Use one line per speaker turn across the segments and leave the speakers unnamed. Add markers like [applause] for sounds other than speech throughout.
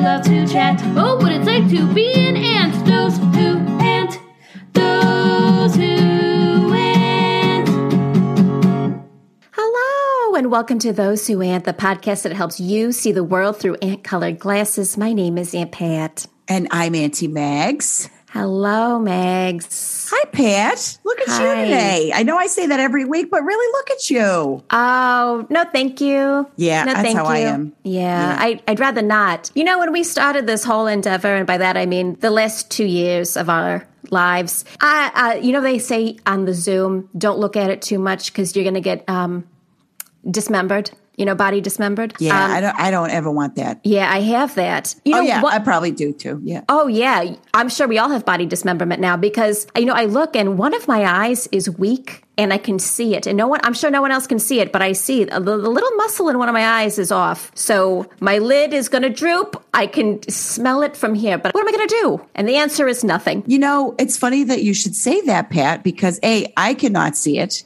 chat. Oh, what it's like to be an ant. Those who ant. Those who ant.
Hello, and welcome to Those Who Ant, the podcast that helps you see the world through ant colored glasses. My name is Aunt Pat.
And I'm Auntie Mags.
Hello, Megs.
Hi, Pat. Look at
Hi.
you today. I know I say that every week, but really look at you.
Oh, no, thank you.
Yeah,
no,
that's how I am.
Yeah, I, I'd rather not. You know, when we started this whole endeavor, and by that I mean the last two years of our lives, I, uh, you know, they say on the Zoom, don't look at it too much because you're going to get um, dismembered, you know, body dismembered.
Yeah,
Um,
I don't I don't ever want that.
yeah, I have that. You
oh
know,
yeah,
what,
I probably do too. Yeah.
Oh yeah, I'm sure we all have body dismemberment now because you know I look and one of my eyes is weak and I can see it and no one I'm sure no one else can see it but I see it. the, the little muscle in one of my eyes is off. So my lid is going to droop. I can smell it from here, but what am I going to do? And the answer is nothing.
You know, it's funny that you should say that, Pat, because A, I cannot see it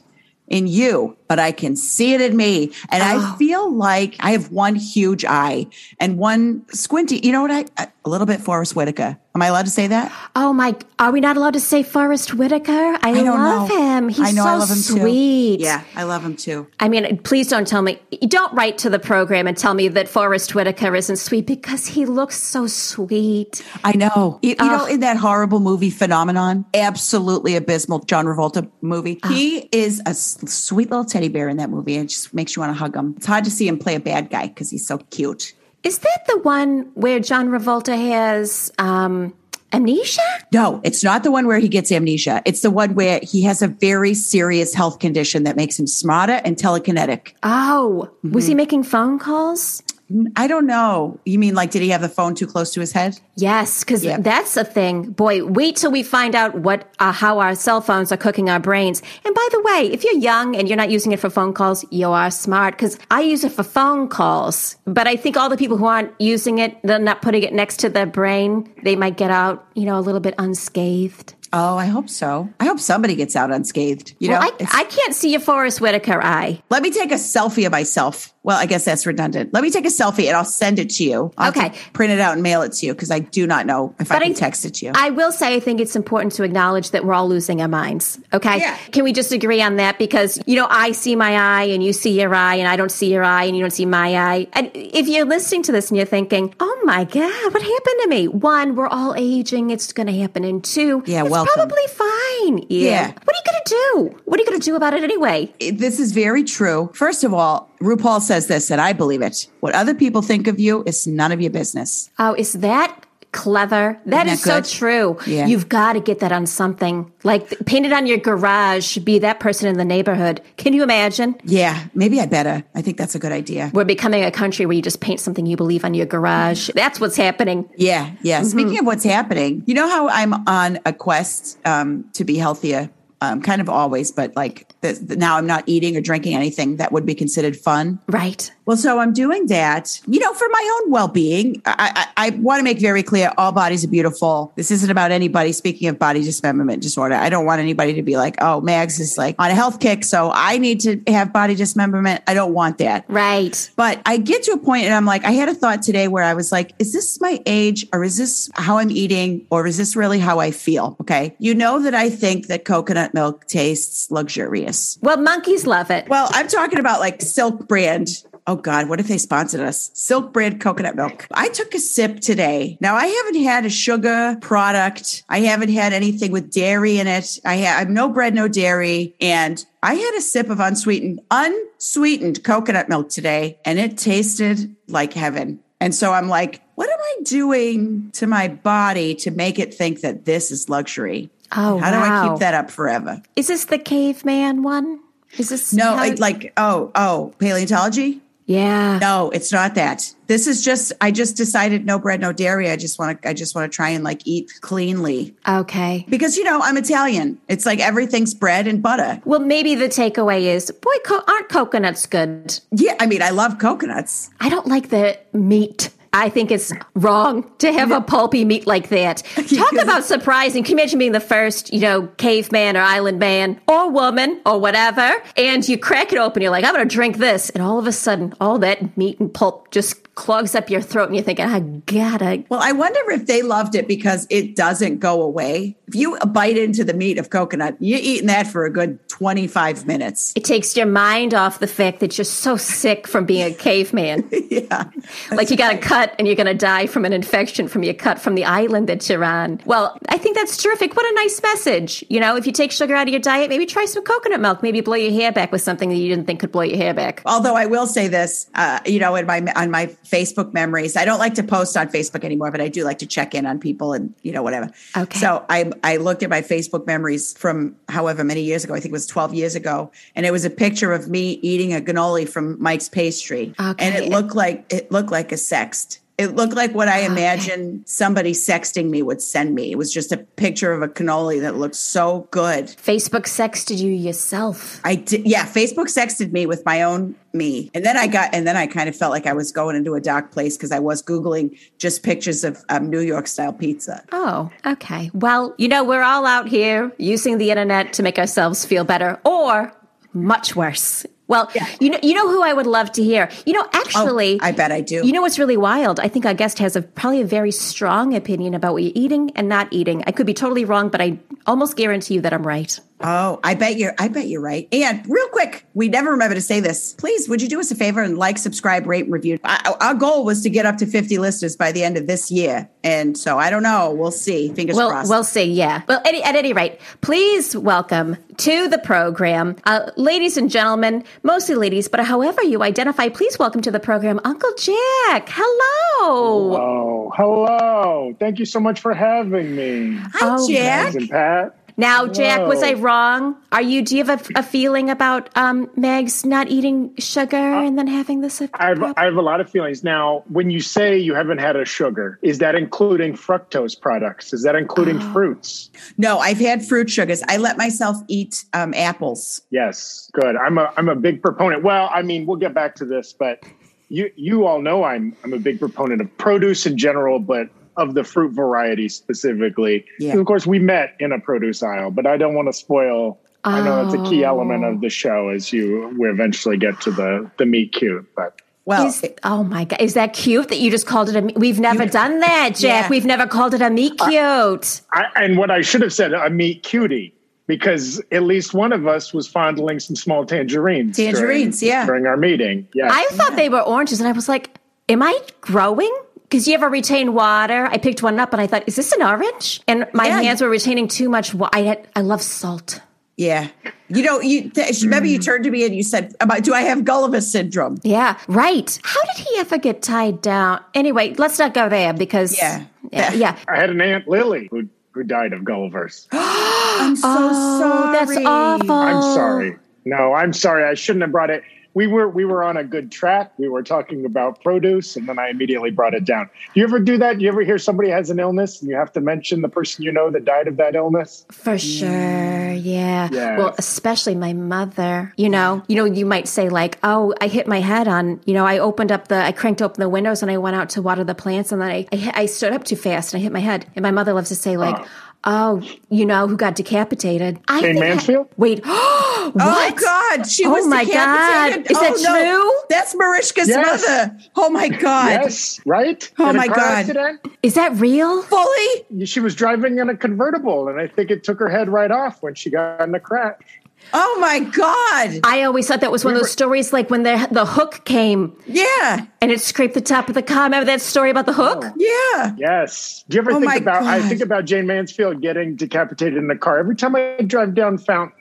in you, but I can see it in me. And
Oh.
I feel like I have one huge eye and one squinty. You know what I I- a little bit Forrest Whitaker. Am I allowed to say that?
Oh my, are we not allowed to say Forrest Whitaker? I,
I don't
love
know.
him. He's
I know
so
I love him
sweet.
too. Yeah, I love him too.
I mean, please don't tell me. Don't write to the program and tell me that Forrest Whitaker isn't sweet because he looks so sweet.
I know. You, you know, in that horrible movie phenomenon, absolutely abysmal John Travolta movie, he is a s- sweet little teddy bear in that movie, and it just makes you want to hug him. It's hard to see him play a bad guy because he's so cute.
Is that the one where John Travolta has um, amnesia?
No, it's not the one where he gets amnesia. It's the one where he has a very serious health condition that makes him smarter and telekinetic.
Oh, was he making phone calls?
I don't know. You mean like, did he have the phone too close to his head?
Yes, because
Yep.
that's a thing. Boy, wait till we find out what uh, how our cell phones are cooking our brains. And by the way, if you're young and you're not using it for phone calls, you are smart. Because I use it for phone calls, but I think all the people who aren't using it, they're not putting it next to their brain. They might get out, you know, a little bit unscathed.
Oh, I hope so. I hope somebody gets out unscathed. You
well,
know,
I,
it's-
I can't see your Forrest Whitaker eye.
Let me take a selfie of myself. Well, I guess that's redundant. Let me take a selfie and I'll send it to you. I'll have to
Okay.
print it out and mail it to you because I do not know if I
But
can
I-
text it to you.
I will say I think it's important to acknowledge that we're all losing our minds. Okay.
Yeah.
Can we just agree on that? Because, you know, I see my eye and you see your eye and I don't see your eye and you don't see my eye. And if you're listening to this and you're thinking, oh my God, what happened to me? One, we're all aging. It's going to happen. And two,
Yeah,
it's
welcome.
probably fine. Yeah.
Yeah.
What are you going to do? What are you going to do about it anyway?
this is very true. First of all, RuPaul says this and I believe it. What other people think of you is none of your business.
Oh, is that clever? That
Isn't
is
that good?
so true.
Yeah.
You've got to get that on something. Like th- paint it on your garage, should be that person in the neighborhood. Can you imagine?
Yeah, maybe I better. I think that's a good idea.
We're becoming a country where you just paint something you believe on your
Mm-hmm.
garage. That's what's happening.
Yeah, yeah.
Mm-hmm.
Speaking of what's happening, you know how I'm on a quest um, to be healthier, um, kind of always, but like this, now I'm not eating or drinking anything that would be considered fun.
Right.
Well, so I'm doing that, you know, for my own well being. I, I, I want to make very clear all bodies are beautiful. This isn't about anybody. Speaking of body dismemberment disorder, I don't want anybody to be like, oh, Mags is like on a health kick, so I need to have body dismemberment. I don't want that.
Right.
But I get to a point and I'm like, I had a thought today where I was like, is this my age or is this how I'm eating or is this really how I feel? Okay. You know that I think that coconut milk tastes luxurious.
Well, monkeys love it.
Well, I'm talking about like Silk Brand. Oh God, what if they sponsored us? Silk Brand coconut milk. I took a sip today. Now I haven't had a sugar product. I haven't had anything with dairy in it. I have I'm no bread, no dairy, and I had a sip of unsweetened unsweetened coconut milk today, and it tasted like heaven. And so I'm like, what am I doing to my body to make it think that this is luxury?
Oh,
how do I
wow.
keep that up forever?
Is this the caveman one? Is this
No,
how-
I, like oh oh paleontology.
yeah.
No, it's not that. This is just I just decided no bread, no dairy. I just want to I just want to try and like eat cleanly
Okay.
because you know I'm Italian. It's like everything's bread and butter.
Well, maybe the takeaway is, boy, co- aren't coconuts good?
Yeah, I mean I love coconuts.
I don't like the meat. I think it's wrong to have a pulpy meat like that. Talk about surprising. Can you imagine being the first, you know, caveman or island man or woman or whatever? And you crack it open, you're like, I'm going to drink this. And all of a sudden, all that meat and pulp just clogs up your throat and you're thinking, I gotta.
Well, I wonder if they loved it because it doesn't go away. If you bite into the meat of coconut, you're eating that for a good 25 minutes.
It takes your mind off the fact that you're so sick from being a caveman.
[laughs] yeah.
like you got a cut and you're going to die from an infection from your cut from the island that you're on. Well, I think that's terrific. What a nice message. You know, if you take sugar out of your diet, maybe try some coconut milk. Maybe blow your hair back with something that you didn't think could blow your hair back.
Although I will say this, uh, you know, in my on my Facebook memories, I don't like to post on Facebook anymore, but I do like to check in on people and you know whatever.
Okay.
So I I looked at my Facebook memories from however many years ago. I think it was twelve years ago, and it was a picture of me eating a cannoli from Mike's Pastry, and
Okay.
it looked like it looked like a sext. It looked like what I imagine somebody sexting me would send me. It was just a picture of a cannoli that looked so good.
Facebook sexted you yourself.
I did. Yeah, Facebook sexted me with my own me, and then I got, and then I kind of felt like I was going into a dark place because I was googling just pictures of um, New York style pizza.
Oh, okay. Well, you know, we're all out here using the internet to make ourselves feel better or much worse. Well, you know, you know who I would love to hear. You know, actually,
Oh, I bet I do.
You know what's really wild? I think our guest has a probably a very strong opinion about what you're eating and not eating. I could be totally wrong, but I almost guarantee you that I'm right.
Oh, I bet you're. I bet you're right. And real quick, we never remember to say this. Please, would you do us a favor and like, subscribe, rate, and review? I, our goal was to get up to 50 listeners by the end of this year, and so I don't know. We'll see. Fingers
Well,
crossed.
we'll see. Yeah. Well, any, at any rate, please welcome to the program, uh, ladies and gentlemen, mostly ladies, but however you identify, please welcome to the program, Uncle Jack. Hello.
Oh, hello. Thank you so much for having me.
Hi,
Oh,
Jack.
Guys and Pat.
Now, Jack, was I
Hello.
wrong? Are you? Do you have a, a feeling about um, Meg's not eating sugar and then having this?
I have, I have a lot of feelings. Now, when you say you haven't had a sugar, is that including fructose products? Is that including fruits?
No, I've had fruit sugars. I let myself eat um, apples.
Yes. Good. I'm a I'm a big proponent. Well, I mean, we'll get back to this, but you you all know I'm I'm a big proponent of produce in general, but of the fruit variety specifically.
Yeah.
And Of course, we met in a produce aisle, but I don't want to spoil I know that's a key
Oh.
element of the show as you we eventually get to the the meat cute, but
Well,
Is- oh my god, is that cute that you just called it a? me- We've never done that, Jack.
Yeah. Uh,
We've never called it a meat cute.
I, and what I should have said a meat cutie because at least one of us was fondling some small tangerines. during-
Tangerines, yeah.
during our meeting. Yeah,
I thought they were oranges, and I was like, "Am I growing?" Because you ever retain water? I picked one up, and I thought, "Is this an orange?" And my
Yeah.
hands were retaining too much. Wa- I had, I love salt.
Yeah. You know, you th- remember you turned to me and you said, about, "Do I have Gulliver's syndrome?"
Hmm. Yeah, right. How did he ever get tied down? Anyway, let's not go there because
Yeah.
yeah, yeah.
I had an aunt Lily who who died of Gulliver's.
I'm so
Oh,
[laughs] sorry. Oh,
that's awful.
[gasps]
I'm sorry. No, I'm sorry. I shouldn't have brought it. We were we were on a good track. We were talking about produce, and then I immediately brought it down. Do you ever do that? Do you ever hear somebody has an illness and you have to mention the person you know that died of that illness?
For sure, yeah.
Yeah.
Well, especially my mother. You know, you know, you might say like, "Oh, I hit my head on." You know, I opened up the, I cranked open the windows and I went out to water the plants, and then I, I, hit- I stood up too fast and I hit my head. And my mother loves to say like, "Oh, you know who got decapitated?" I
Jane
think I-
Mansfield?
wait, [gasps] what?
Oh God, she
Oh,
was
my God.
decapitated.
Is that
oh, no.
true?
That's Marishka's
Yes.
mother. Oh my God,
Yes, right?
Oh
In a
my
car
God.
Accident?
Is that real?
fully.
She was driving in a convertible, and I think it took her head right off when she got in the crash.
Oh my God,
I always thought that was one of those stories like when the the hook came
yeah,
and it scraped the top of the car. Remember that story about the hook?
yeah.
Yes. Do you ever
Oh
think
my
about? I
God.
think about Jane Mansfield getting decapitated in the car every time I drive down Fountain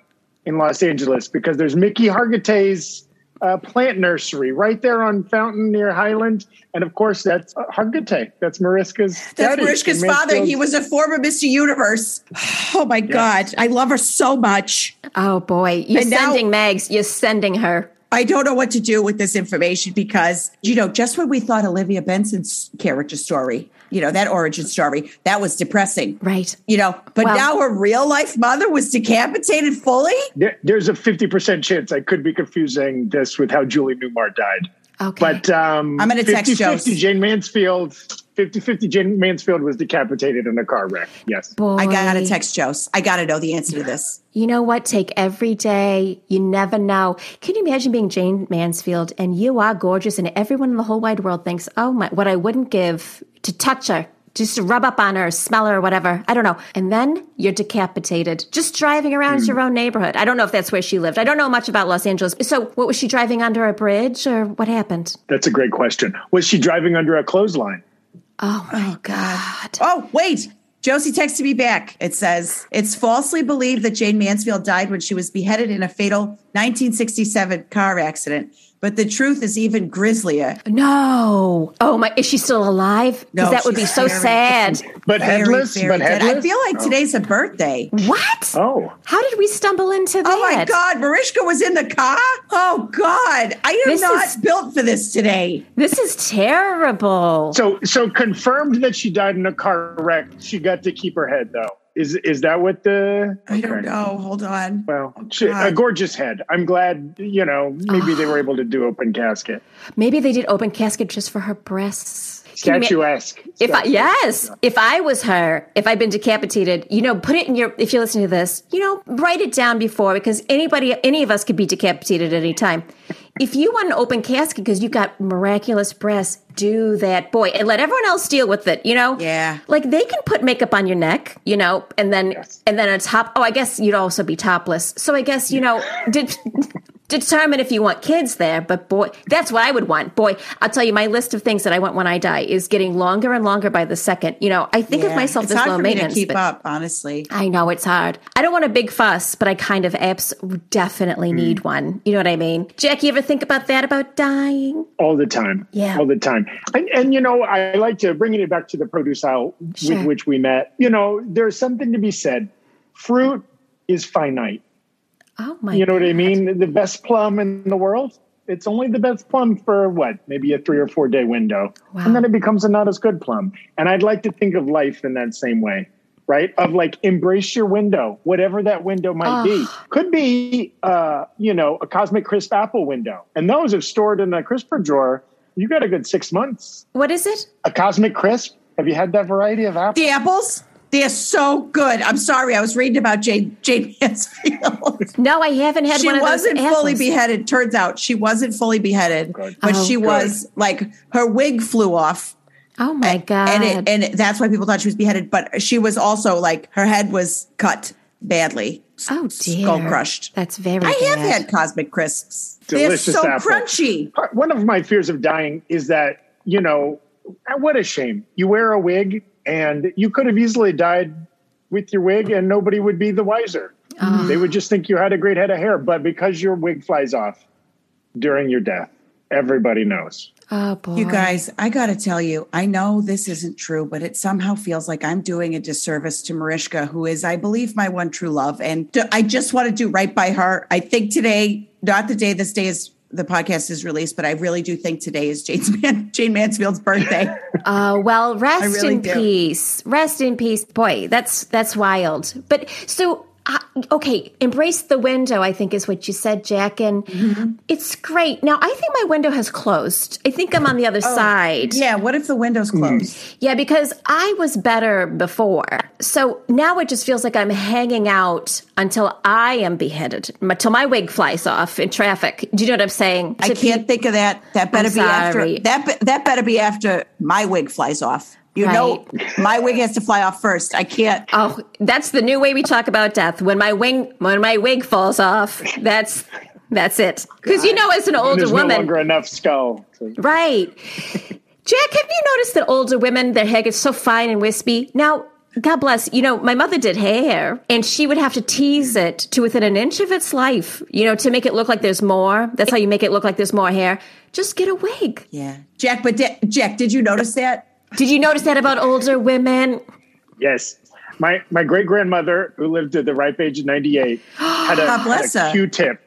in Los Angeles because there's Mickey Hargitay's uh, plant nursery right there on Fountain near Highland, and of course that's uh, Hargitay. That's Mariska's.
That's
daddy,
Marishka's
Jane
father. He
Mansfield's-
was a former Mr. Universe. [sighs] Oh my God, I love her so much.
Oh boy, you're
And now-
sending Megs. You're sending her.
I don't know what to do with this information because, you know, just when we thought Olivia Benson's character story, you know, that origin story, that was depressing.
Right.
You know, but
Well-
now her real life mother was decapitated fully?
There- There's a 50% chance I could be confusing this with how Julie Newmar died.
Okay.
But um,
I'm gonna text
50-50
Joe's.
Jane Mansfield. 50-50 Jane Mansfield was decapitated in a car wreck. Yes.
Boy,
I gotta text Joe's. I gotta know the answer to this.
You know what? Take every day. You never know. Can you imagine being Jane Mansfield and you are gorgeous and everyone in the whole wide world thinks, oh my, what I wouldn't give to touch her, just to rub up on her, smell her, or whatever. I don't know. And then you're decapitated, just driving around your own neighborhood. I don't know if that's where she lived. I don't know much about Los Angeles. So what was she driving under a bridge or what happened?
That's a great question. Was she driving under a clothesline?
Oh my God.
Oh, wait. Josie texted me back. It says, It's falsely believed that Jane Mansfield died when she was beheaded in a fatal 1967 car accident, but the truth is even grislier.
No. Oh my, is she still alive? Because
No,
that would be
she's
so
very-
sad.
But
Very,
headless.
very
but
dead.
headless.
I feel like today's a birthday.
What?
Oh.
How did we stumble into that?
Oh my God, Marishka was in the car? Oh God, I am
This
not
is-
built for this today.
This is terrible.
So so confirmed that she died in a car wreck. She got to keep her head though. Is is that what the?
I don't know. Oh, Hold on.
Well, she, a
God. Oh.
gorgeous head. I'm glad you know. Maybe they were able to do open casket,
Maybe they did open casket just for her breasts. Can you ma-
statuesque.
If I, yes, if I was her, if I'd been decapitated, you know, put it in your, if you're listening to this, you know, write it down before because anybody, any of us could be decapitated at any time. If you want an open casket because you got miraculous breasts, do that, boy, and let everyone else deal with it, you know?
Yeah.
Like they can put makeup on your neck, you know, and then,
Yes.
and then on top, oh, I guess you'd also be topless. So I guess, you know, did. Determine if you want kids there, but boy, that's what I would want. Boy, I'll tell you, my list of things that I want when I die is getting longer and longer by the second. You know, I think of
Yeah.
myself
it's
as
hard
low
for me to
maintenance.
keep
but
up, honestly.
I know it's hard. I don't want a big fuss, but I kind of abs
Mm.
definitely need one. You know what I mean? Jack, you ever think about that about dying?
all the time.
Yeah.
All the time. And, and you know, I like to bringing it back to the produce aisle
Sure.
with which we met. You know, there's something to be said. Fruit is finite.
Oh my!
You know what I mean? The best plum in the world, it's only the best plum for what? Maybe a three or four day window.
Wow.
And then it becomes a not as good plum. And I'd like to think of life in that same way, right? Of like embrace your window, whatever that window might be. Could be, uh, you know, a cosmic crisp apple window. And those, if stored in a crisper drawer, you got a good six months.
What is it?
A cosmic crisp. Have you had that variety of apple?
The apples, they're so good. I'm sorry. I was reading about Jane, Jane [laughs] Mansfield.
No, I haven't had
she
one of those.
wasn't fully
apples.
beheaded. Turns out she wasn't fully beheaded,
Good.
but
Oh,
she
good.
was like her wig flew off,
Oh my god!
and it, and that's why people thought she was beheaded. But she was also like her head was cut badly.
oh dear,
skull crushed.
That's very.
I have
bad.
had cosmic crisps.
Delicious
they're so
apple.
crunchy.
part- one of my fears of dying is that you know what a shame you wear a wig and you could have easily died with your wig and nobody would be the wiser
Ah.
they would just think you had a great head of hair but because your wig flies off during your death everybody knows
Oh boy,
You guys, I gotta tell you, I know this isn't true, but it somehow feels like I'm doing a disservice to Marishka, who is, I believe, my one true love. And d- I just want to do right by her. I think today, not the day this day is the podcast is released, but I really do think today is Jane's Man- Jane [laughs] Mansfield's
[laughs]
birthday.
Uh, well, rest
really
in
do.
peace. Rest in peace. Boy, that's that's wild. But so uh, okay, embrace the window. I think is what you said, Jack, and
Mm-hmm.
it's great. Now I think my window has closed. I think I'm on the other side.
Oh, yeah, what if the window's
Mm-hmm.
closed?
Yeah, because I was better before. So now it just feels like I'm hanging out until I am beheaded, until my wig flies off in traffic. Do you know what I'm saying?
I
To pe-
can't think of that. That better be
sorry.
after that. be- That better be after my wig flies off. You know, my wig has to fly off first. I can't.
Oh, that's the new way we talk about death. When my wing, when my wig falls off, that's that's it. Because you know, as an older
there's no
woman,
longer enough skull to-
right? Jack, have you noticed that older women, their hair gets so fine and wispy? Now, God bless. You know, my mother did hair, and she would have to tease it to within an inch of its life. You know, to make it look like there's more. That's how you make it look like there's more hair. Just get a wig.
Yeah, Jack. But di- Jack, did you notice that?
Did you notice that about older women?
yes my my great grandmother who lived to the ripe age
[gasps]
of 98 had a,
God bless
had a
her.
q-tip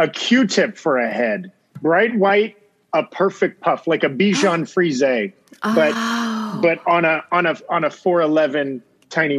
a q-tip for a head bright white a perfect puff like
[gasps]
a bichon frise but
Oh.
but on a on a on a 411 tiny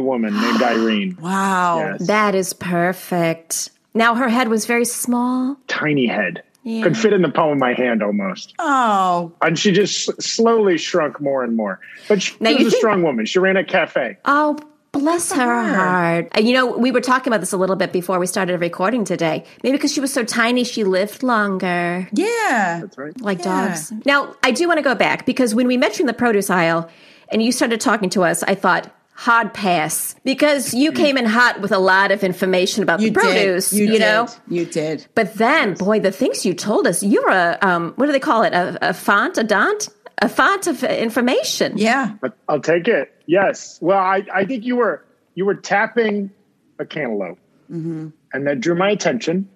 [gasps]
woman named irene
Wow.
Yes.
That is perfect. Now her head was very small.
tiny head
Yeah.
Could fit in the palm of my hand almost.
Oh,
And she just s- slowly shrunk more and more. But she
Now, you
was a
think-
strong woman. She ran a cafe.
Oh, bless her heart. And you know, we were talking about this a little bit before we started recording today. Maybe because she was so tiny, she lived longer,
yeah.
That's right.
like
Yeah.
dogs. Now, I do want to go back because when we met you in the produce aisle and you started talking to us, I thought, hard pass because you came in hot with a lot of information about
Mm. You
the produce,
did. You, did.
know?
You did.
But then, boy, the things you told us, you're a, um, what do they call it? A, a font, a dant? A font of information.
Yeah.
But I'll take it. Yes. Well, I, I think you were you were tapping a cantaloupe, and that drew my attention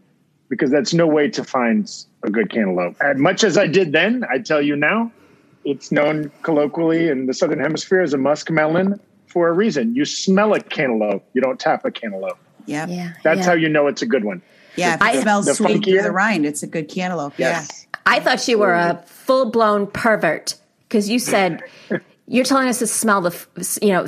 because that's no way to find a good cantaloupe. And much as I did then, I tell you now, it's known colloquially in the southern hemisphere as a muskmelon for a reason. You smell a cantaloupe, you don't tap a cantaloupe.
Yeah. Yeah.
Yeah.
That's
yeah.
how you know it's a good one.
If it
I-
smells
The
sweet through
funkier-
the rind, it's a good cantaloupe.
Yes.
I thought you were a full blown pervert because you said you're telling us to smell the, f- you know,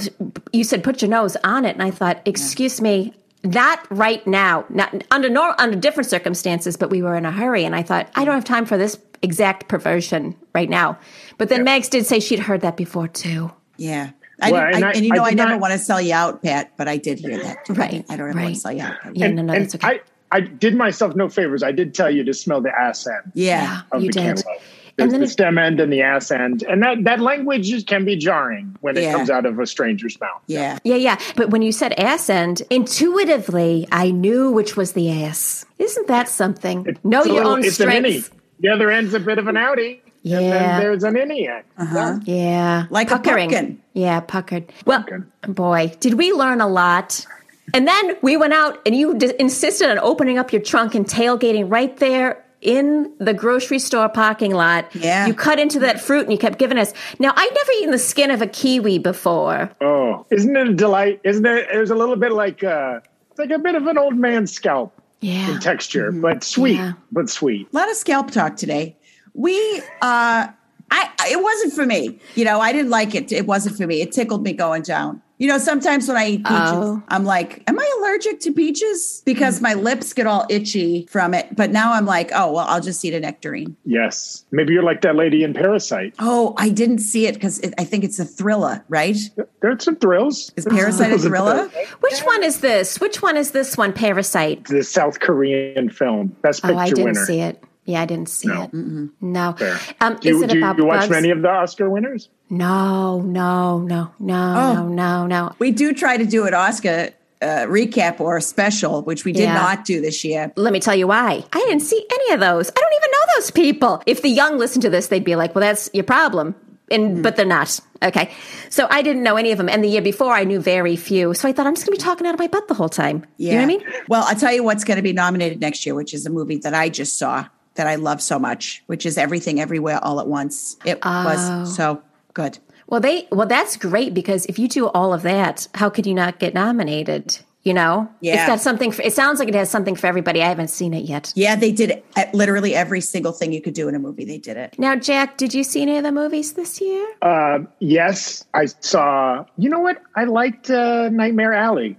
you said put your nose on it, and I thought, excuse me, not right now, not under nor under different circumstances, but we were in a hurry, and I thought I don't have time for this exact perversion right now. But then Megs did say she'd heard that before too.
Yeah. Yeah. I
Well,
didn't,
and
I,
I-
and you
I
know, I,
did
never
not-
want to sell you out, Pat, but I did hear that.
Right,
I don't ever want
right.
to sell you out. Pat.
Yeah, no, no,
and
that's okay.
I, I did myself no favors. I did tell you to smell the ass end.
Yeah.
of
you
the
did.
cantaloupe.
And
There's
then
the
it-
stem end and the ass end. And that, that language just can be jarring when
Yeah.
it comes out of a stranger's mouth.
Yeah.
Yeah, yeah. But when you said ass end, intuitively, I knew which was the ass. Isn't that something? know
It's a
your
little-
own
it's an innie.
strengths.
The other end's a bit of an outie. And
Yeah.
then there's an innie end.
Uh-huh.
Yeah.
Like a pumpkin.
Yeah, puckered. Well, boy, did we learn a lot. And then we went out and you d- insisted on opening up your trunk and tailgating right there in the grocery store parking lot.
Yeah.
You cut into that fruit and you kept giving us. Now, I'd never eaten the skin of a kiwi before.
Oh, isn't it a delight? Isn't it? It was a little bit like uh, it's like a bit of an old man's scalp
Yeah.
in texture,
Mm-hmm.
but sweet,
Yeah.
but sweet.
A lot of scalp talk today. We, uh, I, it wasn't for me. You know, I didn't like it. It wasn't for me. It tickled me going down. You know, sometimes when I eat peaches,
Oh.
I'm like, am I allergic to peaches? Because my lips get all itchy from it. But now I'm like, oh, well, I'll just eat a nectarine.
Yes. Maybe you're like that lady in Parasite.
Oh, I didn't see it because I think it's a thriller, right?
There's some thrills.
[laughs] Is Parasite a thriller?
Which one is this? Which one is this one, Parasite?
The South Korean film. Best picture
Oh, I didn't
winner.
see it. Yeah, I didn't see
No.
it. No.
Fair.
Um,
Do you,
is it
do you
about
watch
bugs?
many of the Oscar winners?
No, no, no, no,
Oh.
no, no, no.
We do try to do an Oscar uh, recap or a special, which we did
Yeah.
not do this year.
Let me tell you why. I didn't see any of those. I don't even know those people. If the young listen to this, they'd be like, "Well, that's your problem."
Hmm.
And but they're not. Okay. So I didn't know any of them. And the year before, I knew very few. So I thought I'm just going to be talking out of my butt the whole time. You know what I mean?
Well, I'll tell you what's going to be nominated next year, which is a movie that I just saw that I love so much, which is Everything Everywhere All at Once. It
Oh.
was so good.
Well, they well that's great because if you do all of that, how could you not get nominated? You know?
Yeah.
It's got something for, it sounds like it has something for everybody. I haven't seen it yet.
Yeah, they did it- literally every single thing you could do in a movie. They did it.
Now, Jack, did you see any of the movies this year?
Uh,
Um, yes, I saw. You know what? I liked uh, Nightmare Alley.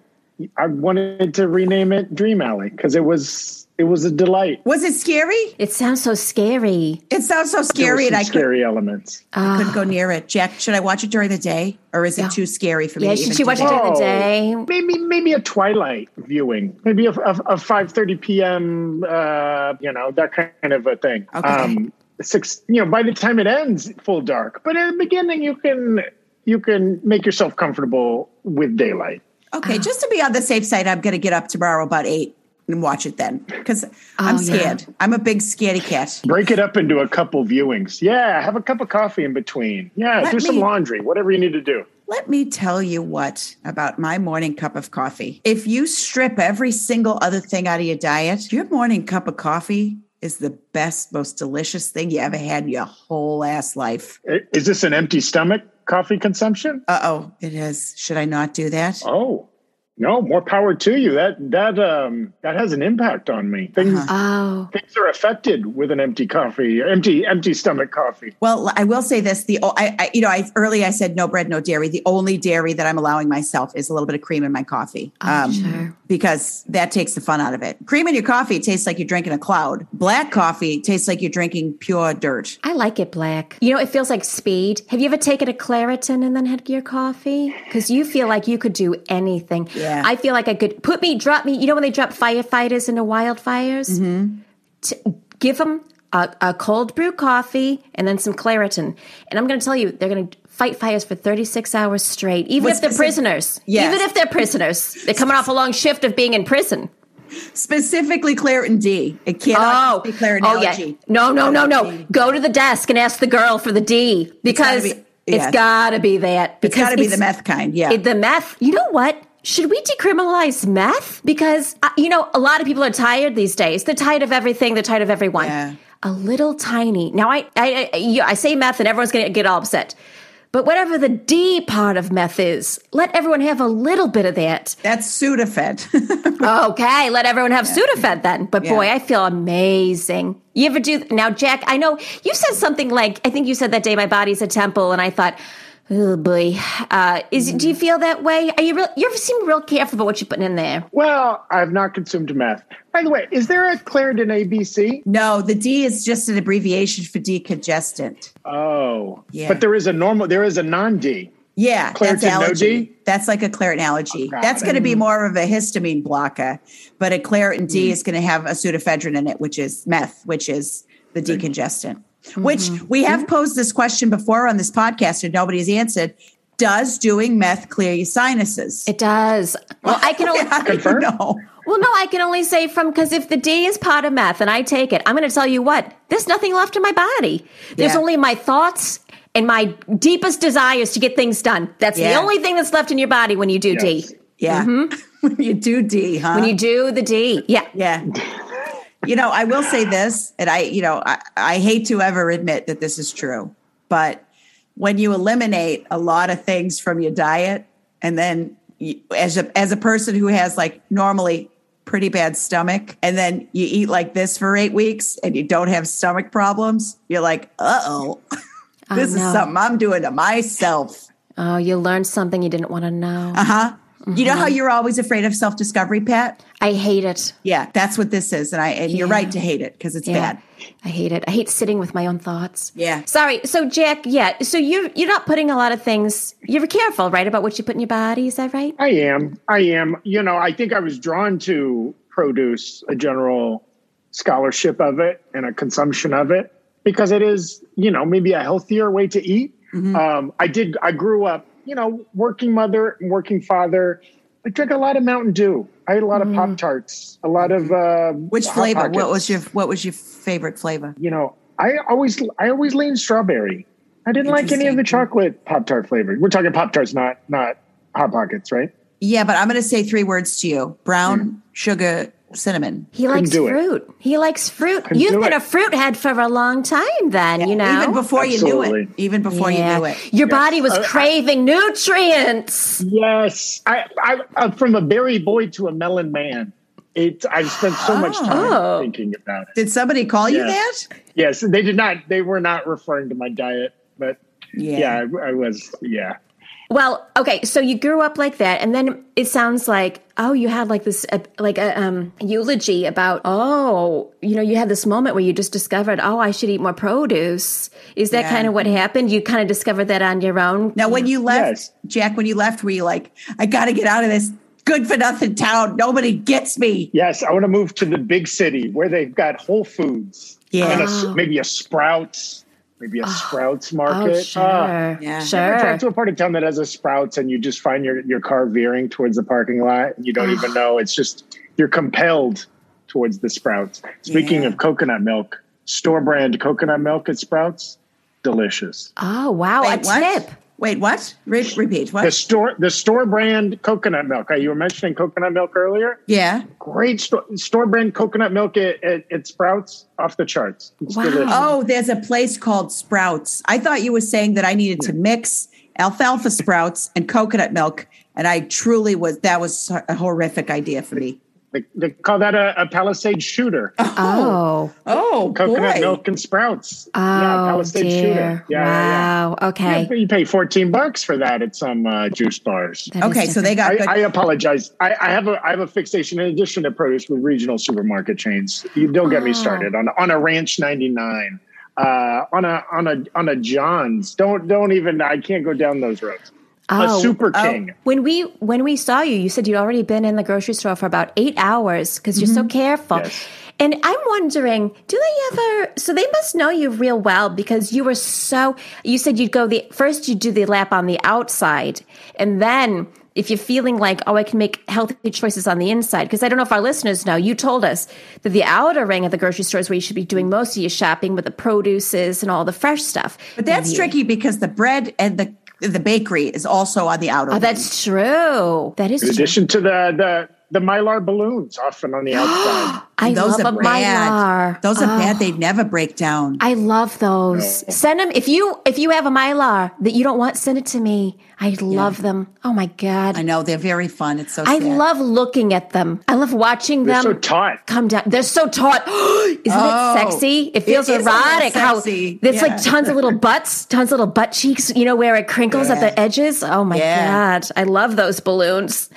I wanted to rename it Dream Alley because it was it was a delight.
Was it scary?
It sounds so scary.
It sounds so
There were
scary, and
some
I could,
scary elements.
I couldn't go near it. Jack, should I watch it during the day, or is it too scary for me?
Yeah,
to
should
even
she
do
watch it
that?
during the day.
Oh, Maybe maybe a twilight viewing. Maybe a, a, a five thirty p.m. Uh, you know that kind of a thing. Um,
Okay.
six. You know, by the time it ends, full dark. But in the beginning, you can you can make yourself comfortable with daylight.
Uh-huh.
Okay, just to be on the safe side, I'm going to get up tomorrow about eight and watch it then because I'm
Oh, yeah.
scared. I'm a big scaredy cat.
Break it up into a couple viewings. Yeah, have a cup of coffee in between. Yeah,
Let
do some
me-
laundry, whatever you need to do.
Let me tell you what about my morning cup of coffee. If you strip every single other thing out of your diet, your morning cup of coffee is the best, most delicious thing you ever had in your whole ass life.
I- Is this an empty stomach coffee consumption?
Uh oh, it is. Should I not do that?
Oh, No, more power to you. That that um that has an impact on me. Things
Uh-huh.
Oh,
things are affected with an empty coffee, empty empty stomach coffee.
Well, I will say this: the o- I, I- you know, I early I said no bread, no dairy. The only dairy that I'm allowing myself is a little bit of cream in my coffee, um,
sure.
because that takes the fun out of it. Cream in your coffee tastes like you're drinking a cloud. Black coffee tastes like you're drinking pure dirt.
I like it black. You know, it feels like speed. Have you ever taken a Claritin and then had your coffee? Because you feel like you could do anything.
Yeah.
I feel like I could put me, drop me. You know when they drop firefighters into wildfires? Mm-hmm. give them a, a cold brew coffee and then some Claritin. And I'm going to tell you, they're going to fight fires for 36 hours straight, even
What's
if they're
the-
prisoners.
Yes.
Even if they're prisoners. They're coming off a long shift of being in prison.
Specifically, Claritin D. It cannot
Oh,
be Claritin
oh yeah.
allergy.
No, no, no, no. Go to the desk and ask the girl for the D because
gotta be- yeah.
it's got to be that.
It's
Because
got to be the meth kind. Yeah.
it- the meth. You know what? Should we decriminalize meth? Because uh, you know, a lot of people are tired these days. They're tired of everything. They're tired of everyone.
Yeah.
A little tiny. Now, I I, I, you, I say meth, and everyone's going to get all upset. But whatever the D part of meth is, let everyone have a little bit of that.
That's Sudafed. [laughs]
Okay, let everyone have Sudafed then. But boy,
Yeah.
I feel amazing. You ever do now, Jack? I know you said something like I think you said that day my body's a temple, and I thought, oh boy, uh, is do
Mm-hmm.
you feel that way? Are you real? You seem real careful about what you're putting in there.
Well, I've not consumed meth. By the way, is there a Claritin ABC?
no, the D is just an abbreviation for decongestant.
Oh,
Yeah.
But there is a normal. There is a non-D.
Yeah, that's
Claritin, no
allergy.
D?
That's like a Claritin allergy.
got
that's
it.
going to be more of a histamine blocker, but a Claritin D is going to have a pseudoephedrine in it, which is meth, which is the decongestant. Which we have posed this question before on this podcast, and nobody's answered. Does doing meth clear your sinuses?
It does. Well, I
[laughs]
can only
Confirmed?
No.
well no, I can only say from because if the D is part of meth and I take it, I'm going to tell you what. There's nothing left in my body. There's
Yeah.
only my thoughts. And my deepest desires to get things done. That's the
Yeah.
only thing that's left in your body when you do
Yes.
D.
Yeah. [laughs] when you do D, huh?
Mm-hmm. When you do the D, yeah.
Yeah. You know, I will say this, and I, you know, I, I hate to ever admit that this is true, but when you eliminate a lot of things from your diet, and then you, as a as a person who has like normally pretty bad stomach, and then you eat like this for eight weeks, and you don't have stomach problems, you're like, uh oh, this is
no.
something I'm doing to myself.
Oh, you learned something you didn't want to know.
Uh-huh. You know how
Mm-hmm.
you're always afraid of self discovery, Pat?
I hate it.
Yeah, that's what this is, and I and you're
Yeah.
right to hate it because it's
Yeah.
bad.
I hate it. I hate sitting with my own thoughts.
Yeah.
Sorry. So Jack, yeah. So you you're not putting a lot of things. You're careful, right, about what you put in your body. Is that right?
I am. I am. You know, I think I was drawn to produce a general scholarship of it and a consumption of it because it is, you know, maybe a healthier way to eat.
Mm-hmm.
Um, I did. I grew up, you know, working mother, and working father. I drank a lot of Mountain Dew. I ate a lot of Pop Tarts. A lot of uh,
Mm-hmm. Which
Hot
flavor? What
Pockets.
was your What was your favorite flavor?
You know, I always, I always leaned strawberry. I didn't like any of the chocolate Pop Tart flavored. We're talking Pop Tarts, not not Hot Pockets, right?
Yeah, but I'm going to say three words to you: brown
Hmm.
sugar, cinnamon.
He likes
do it.
fruit. He likes fruit. You've
do
been
it.
a fruit head for a long time then, you know.
even before you knew it,
Absolutely.
even before
Yeah.
you knew it.
Your body was
Uh, I-
craving nutrients.
Yes, I, I, I'm from a berry boy to a melon man. It, I've spent so much time
Oh.
thinking about it.
Did somebody call you
Yeah.
that?
Yes, they did not. They were not referring to my diet, but
Yeah.
yeah, I, I was. Yeah,
Well, okay, so you grew up like that, and then it sounds like oh, you had like this uh, like a um, eulogy about oh, you know, you had this moment where you just discovered oh, I should eat more produce. Is that
Yeah. Mm-hmm.
kind of what happened? You kind of discovered that on your own.
Now, when you left,
Yes.
Jack, when you left, were you like, I got to get out of this good for nothing town? Nobody gets me.
yes. I want to move to the big city where they've got Whole Foods.
Yeah.
and a s- maybe a Sprouts, maybe a Sprouts market.
oh, sure,
Ah,
yeah.
ever drive
sure.
to a part of town that has a Sprouts, and you just find your your car veering towards the parking lot, and you
[sighs]
don't even know. It's just you're compelled towards the Sprouts. Speaking
Yeah.
of coconut milk, store brand coconut milk at Sprouts, delicious.
Oh wow, a
what?
tip.
Wait, what? Re- repeat what?
The store the store brand coconut milk. Uh, You were mentioning coconut milk earlier.
yeah.
Great store store brand coconut milk at, at, at Sprouts off the charts. It's
Wow.
delicious.
Oh, there's a place called Sprouts. I thought you were saying that I needed to mix alfalfa sprouts, and coconut milk. And I truly was, that was a horrific idea for me.
They, they call that a, a Palisade shooter.
Oh.
Oh,
Coconut
boy.
milk and sprouts.
Oh, dear.
Yeah, yeah,
wow.
yeah.
Okay.
Yeah, you pay 14 bucks for that at some uh, juice bars.
That is
Okay, so
different.
they got
I,
good.
I apologize. I, I have a I have a fixation in addition to produce with regional supermarket chains. You don't get
Oh.
me started on on a ranch ninety nine, uh, on a on a on a John's. Don't don't even. I can't go down those roads.
Oh,
a Super King.
When we when we saw you, you said you'd already been in the grocery store for about eight hours because you're so careful.
Mm-hmm. Yes.
And I'm wondering, do they ever? So they must know you real well because you were so. You said you'd go the first. You do the lap on the outside, and then if you're feeling like, oh, I can make healthy choices on the inside, because I don't know if our listeners know, you told us that the outer ring of the grocery store is where you should be doing most of your shopping with the produces and all the fresh stuff.
But that's tricky because the bread and the the bakery is also on the outer.
Oh, that's true. That is
In
true.
addition to the the the mylar balloons, often on
[gasps]
the outside.
I
ring.
love a mylar.
Those are
Oh,
bad. They never break down.
I love
[laughs]
those. Send them if you if you have a mylar that you don't want. Send it to me. I love them. Oh my god,
I know they're very fun. It's so.
I
sad.
love looking at them. I love watching
They're
them
so taut.
come down. They're so taut. [gasps] Isn't
Oh,
it sexy? It feels
is a little
erotic. How
sexy.
it's like
Yeah.
tons of
[laughs]
little butts, tons of little butt cheeks. You know where it crinkles at
Yeah.
the edges. Oh my
Yeah.
god, I love those balloons.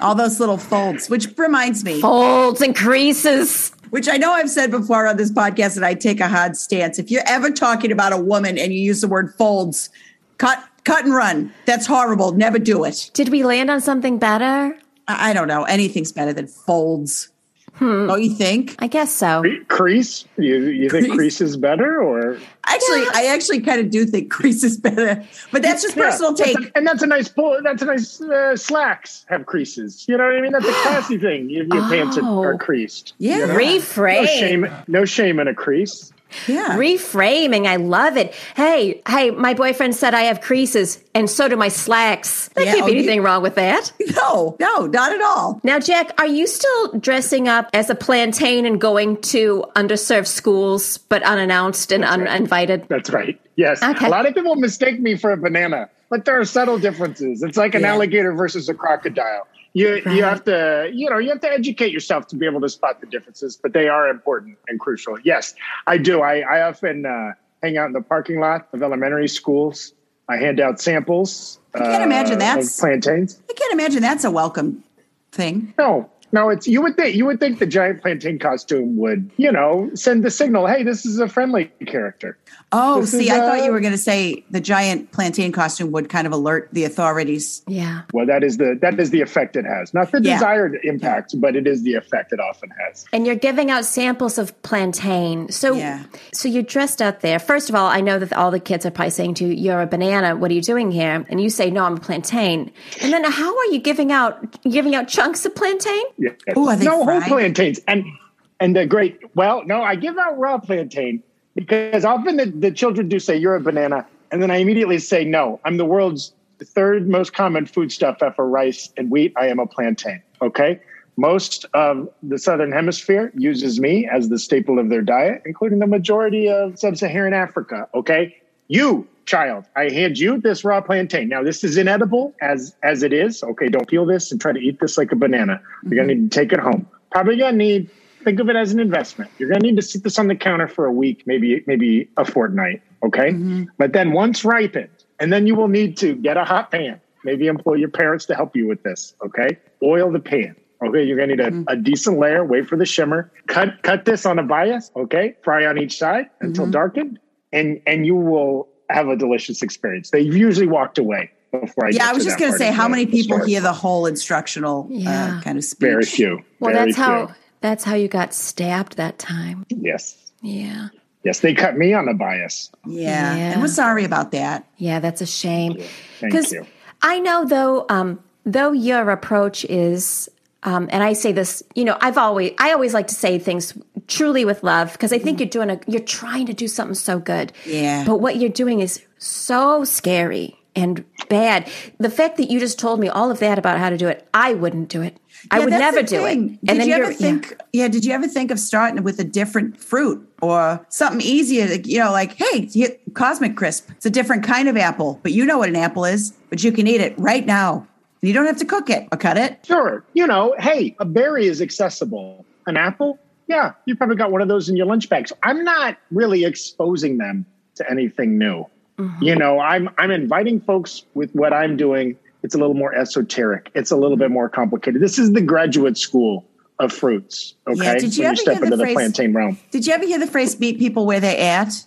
all those little folds. Which reminds me,
Folds and creases.
which I know I've said before on this podcast, that I take a hard stance. If you're ever talking about a woman and you use the word folds, cut cut and run. That's horrible. Never do it.
Did we land on something better?
I, I don't know. Anything's better than folds.
Hmm.
Don't you think?
I guess so.
Cre- Crease? You, you think
Crease.
crease. is better, or
Actually, I actually kind of do think [laughs] crease is better, but that's just personal
Yeah.
take.
That's a- and that's a nice pull. That's a nice uh, slacks have creases. You know what I mean? That's
[gasps]
a classy thing. If your pants
Oh.
are, are creased.
Yeah.
You know?
Reframe.
No shame. No shame in a crease.
Yeah.
Reframing, I love it. Hey, hey, my boyfriend said I have creases, and so do my slacks. There
Yeah,
can't be
oh, you-
anything wrong with that.
No, no, not at all.
Now, Jack, are you still dressing up as a plantain and going to underserved schools, but unannounced and uninvited?
That's right. Yes.
Okay.
A lot of people mistake me for a banana, but there are subtle differences. It's like an
Yeah.
alligator versus a crocodile. You you have to you know you have to educate yourself to be able to spot the differences, but they are important and crucial. Yes, I do. I I often uh, hang out in the parking lot of elementary schools. I hand out samples. I
can't imagine that's-
of plantains.
I can't imagine that's a welcome thing.
No, no, it's you would think you would think the giant plantain costume would you know send the signal, hey, this is a friendly character.
Oh,
This
see,
is,
I thought
uh,
you were going to say the giant plantain costume would kind of alert the authorities.
Yeah.
Well, that is the that is the effect it has, not the
Yeah.
desired impact, but it is the effect it often has.
And you're giving out samples of plantain. So,
Yeah.
so you're dressed out there. First of all, I know that all the kids are probably saying to you, "You're a banana. What are you doing here?" And you say, "No, I'm a plantain." And then, how are you giving out giving out chunks of plantain?
Yes.
Ooh, are they
no
fried?
whole plantains and and the great. Well, no, I give out raw plantain because often the, the children do say you're a banana, and then I immediately say no, I'm the world's third most common foodstuff after rice and wheat. I am a plantain. Okay. Most of the Southern Hemisphere uses me as the staple of their diet, including the majority of Sub Saharan Africa. Okay. you child i hand you this raw plantain now this is inedible as as it is okay don't peel this and try to eat this like a banana you're gonna need to take it home probably gonna need think of it as an investment you're gonna need to sit this on the counter for a week maybe maybe a fortnight okay but then once ripened and then you will need to get a hot pan maybe employ your parents to help you with this okay oil the pan Okay, you're gonna need a, a decent layer. Wait for the shimmer. Cut cut this on a bias. Okay, fry on each side until darkened, and and you will have a delicious experience. They've usually walked away before I.
Yeah, I was just going to
to that
say,
part
how
of the-
many
the
people
story.
hear the whole instructional
Yeah.
uh, kind of speech?
Very few.
Well,
Very
that's how
few.
that's how you got stabbed that time.
Yes,
Yeah.
yes, they cut me on a bias.
Yeah.
Yeah.
and we're sorry about that.
Yeah, that's a shame.
Thank you.
I know though um though your approach is um, and I say this, you know, I've always, I always like to say things truly with love because I think
Mm-hmm.
you're doing a, you're trying to do something so good.
Yeah.
But what you're doing is so scary and bad. The fact that you just told me all of that about how to do it, I wouldn't do it. I
Yeah,
would
that's
never
the
do it.
thing.
And
Did you ever
you're- yeah.
think? Yeah. Did you ever think of starting with a different fruit or something easier? Like, you know, like hey, here- cosmic crisp. It's a different kind of apple, but you know what an apple is. But you can eat it right now. You don't have to cook it or cut it.
Sure. You know, hey, a berry is accessible. An apple? Yeah, you probably got one of those in your lunch bags. I'm not really exposing them to anything new.
Mm-hmm.
You know, I'm I'm inviting folks with what I'm doing. It's a little more esoteric. It's a little bit more complicated. This is the graduate school of fruits. Okay.
Yeah, did you
when
ever
you step
hear the
into the,
phrase-
plantain realm.
Did you ever hear the phrase "meet people where they're at"?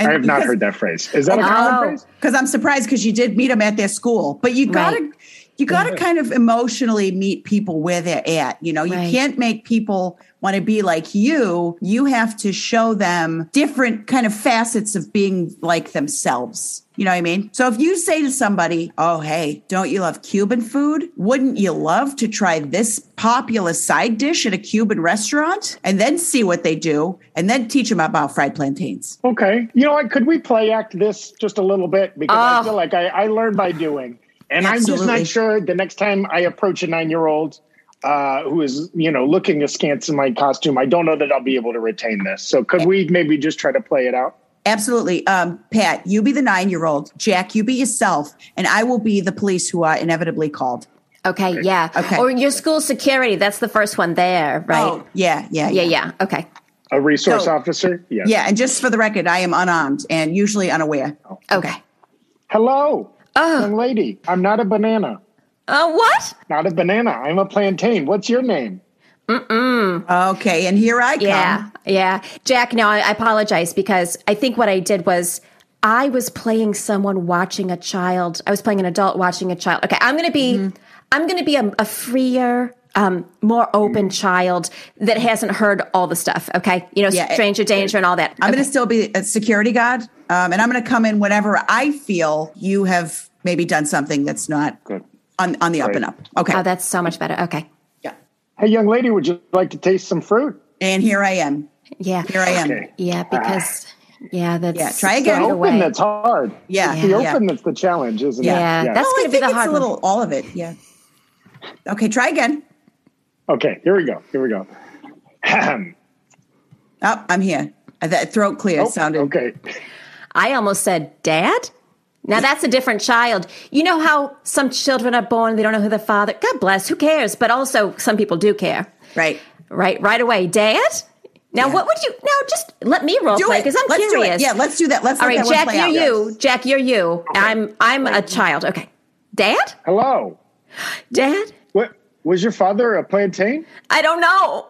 I have not
because-
heard that phrase. Is that a common
Oh.
phrase?
because I'm surprised because you did meet them at their school, but you gotta
Right.
you gotta kind of emotionally meet people where they're at. You know, you
Right.
can't make people want to be like you. You have to show them different kind of facets of being like themselves. You know what I mean? So if you say to somebody, "Oh, hey, don't you love Cuban food? Wouldn't you love to try this popular side dish at a Cuban restaurant?" and then see what they do, and then teach them about fried plantains.
Okay. You know what? Could we play act this just a little bit? Because
Oh.
I feel like I, I learn by doing. And I'm just
Ah. Absolutely.
not sure the next time I approach a nine year old uh, who is, you know, looking askance in my costume, I don't know that I'll be able to retain this. So could we maybe just try to play it out?
Absolutely. Um, Pat, you be the nine year old. Jack, you be yourself. And I will be the police who are inevitably called.
Okay, yeah.
Okay.
Or your school security, that's the first one there, right?
Oh, yeah, yeah,
yeah,
yeah.
yeah. Okay.
A resource
So-
officer? Yes.
Yeah. And just for the record, I am unarmed and usually unaware.
Okay.
Hello,
Oh,
Ah.
young lady. I'm not a banana.
uh, what?
Not a banana. I'm a plantain. What's your name?
Okay. And here I come.
Yeah, yeah. Jack, no, I I apologize because I think what I did was I was playing someone watching a child. I was playing an adult watching a child. Okay, I'm gonna be,
Mm-hmm.
I'm gonna be a, a freer, um, more
Mm-hmm.
open child that hasn't heard all the stuff. Okay, you know,
Yeah, it-
stranger danger and all that.
I'm going to still be a security guard. Um, and I'm going to come in whenever I feel you have maybe done something that's not
Good.
on, on the up
Right.
and up. Okay.
oh, that's so much better. Okay,
yeah.
Hey, young lady, would you like to taste some fruit?
And here I am.
yeah,
Here I am.
Okay.
yeah, because yeah, that's
Yeah, try
The
again.
right
open
away.
that's hard.
Yeah,
It's the
yeah.
open that's the challenge, isn't it?
Yeah, that's
oh,
gonna
I think
be the
it's
hard
a
one.
little, all of it. Yeah. Okay. Try again.
Okay, here we go. Here we go. Ahem.
Oh, I'm here. Uh, That throat clear
Oh,
sounded.
okay.
I almost said dad. Now that's a different child. You know how some children are born, they don't know who their father. God bless, who cares? But also some people do care.
Right.
Right right away. Dad? Now
Yeah.
what would you now just let me role
Do
play
it.
because I'm
let's
curious.
do it. Yeah, let's do that. Let's
All
let
right,
that one
Jack,
play
you're
out.
you. Jack, you're you. I'm I'm a child. Okay. Dad?
Hello.
Dad?
What was your father a plantain?
I don't know.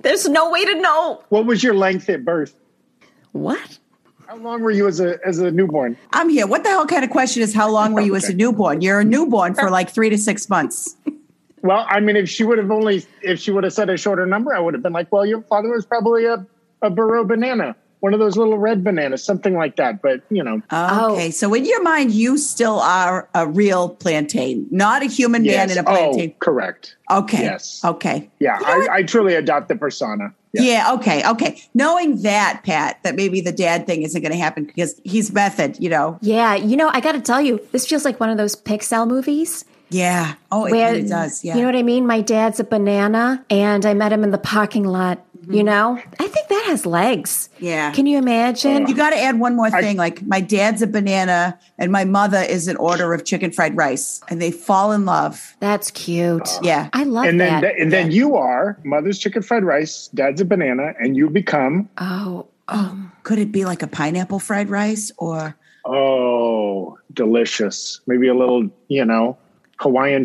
There's no way to know.
What was your length at birth?
What?
How long were you as a as a newborn?
I'm here. What the hell kind of question is how long were you as a
Okay.
newborn? You're a newborn for like three to six months.
Well, I mean, if she would have only if she would have said a shorter number, I would have been like, well, your father was probably a a burro banana, one of those little red bananas, something like that. But you know,
Oh.
Okay. So in your mind, you still are a real plantain, not a human man in a
oh,
plantain.
correct.
okay.
yes.
Okay.
Yeah,
You know what?
I, I truly adopt the persona.
Yeah. okay, okay. Knowing that, Pat, that maybe the dad thing isn't going to happen because he's method, you know?
Yeah, you know, I gotta tell you, this feels like one of those Pixel movies
Yeah. Oh, it
Where-
really does. Yeah.
You know what I mean? My dad's a banana, and I met him in the parking lot. You know, I think that has legs.
Mm-hmm. Yeah.
Can you imagine?
You got to add one more thing. like my dad's a banana, and my mother is an order of chicken fried rice, and they fall in love.
That's cute.
Yeah,
I love
And then,
that.
and then you are mother's chicken fried rice, dad's a banana, and you become
oh, oh,
could it be like a pineapple fried rice or?
Oh, delicious. Maybe a little, you know, Hawaiian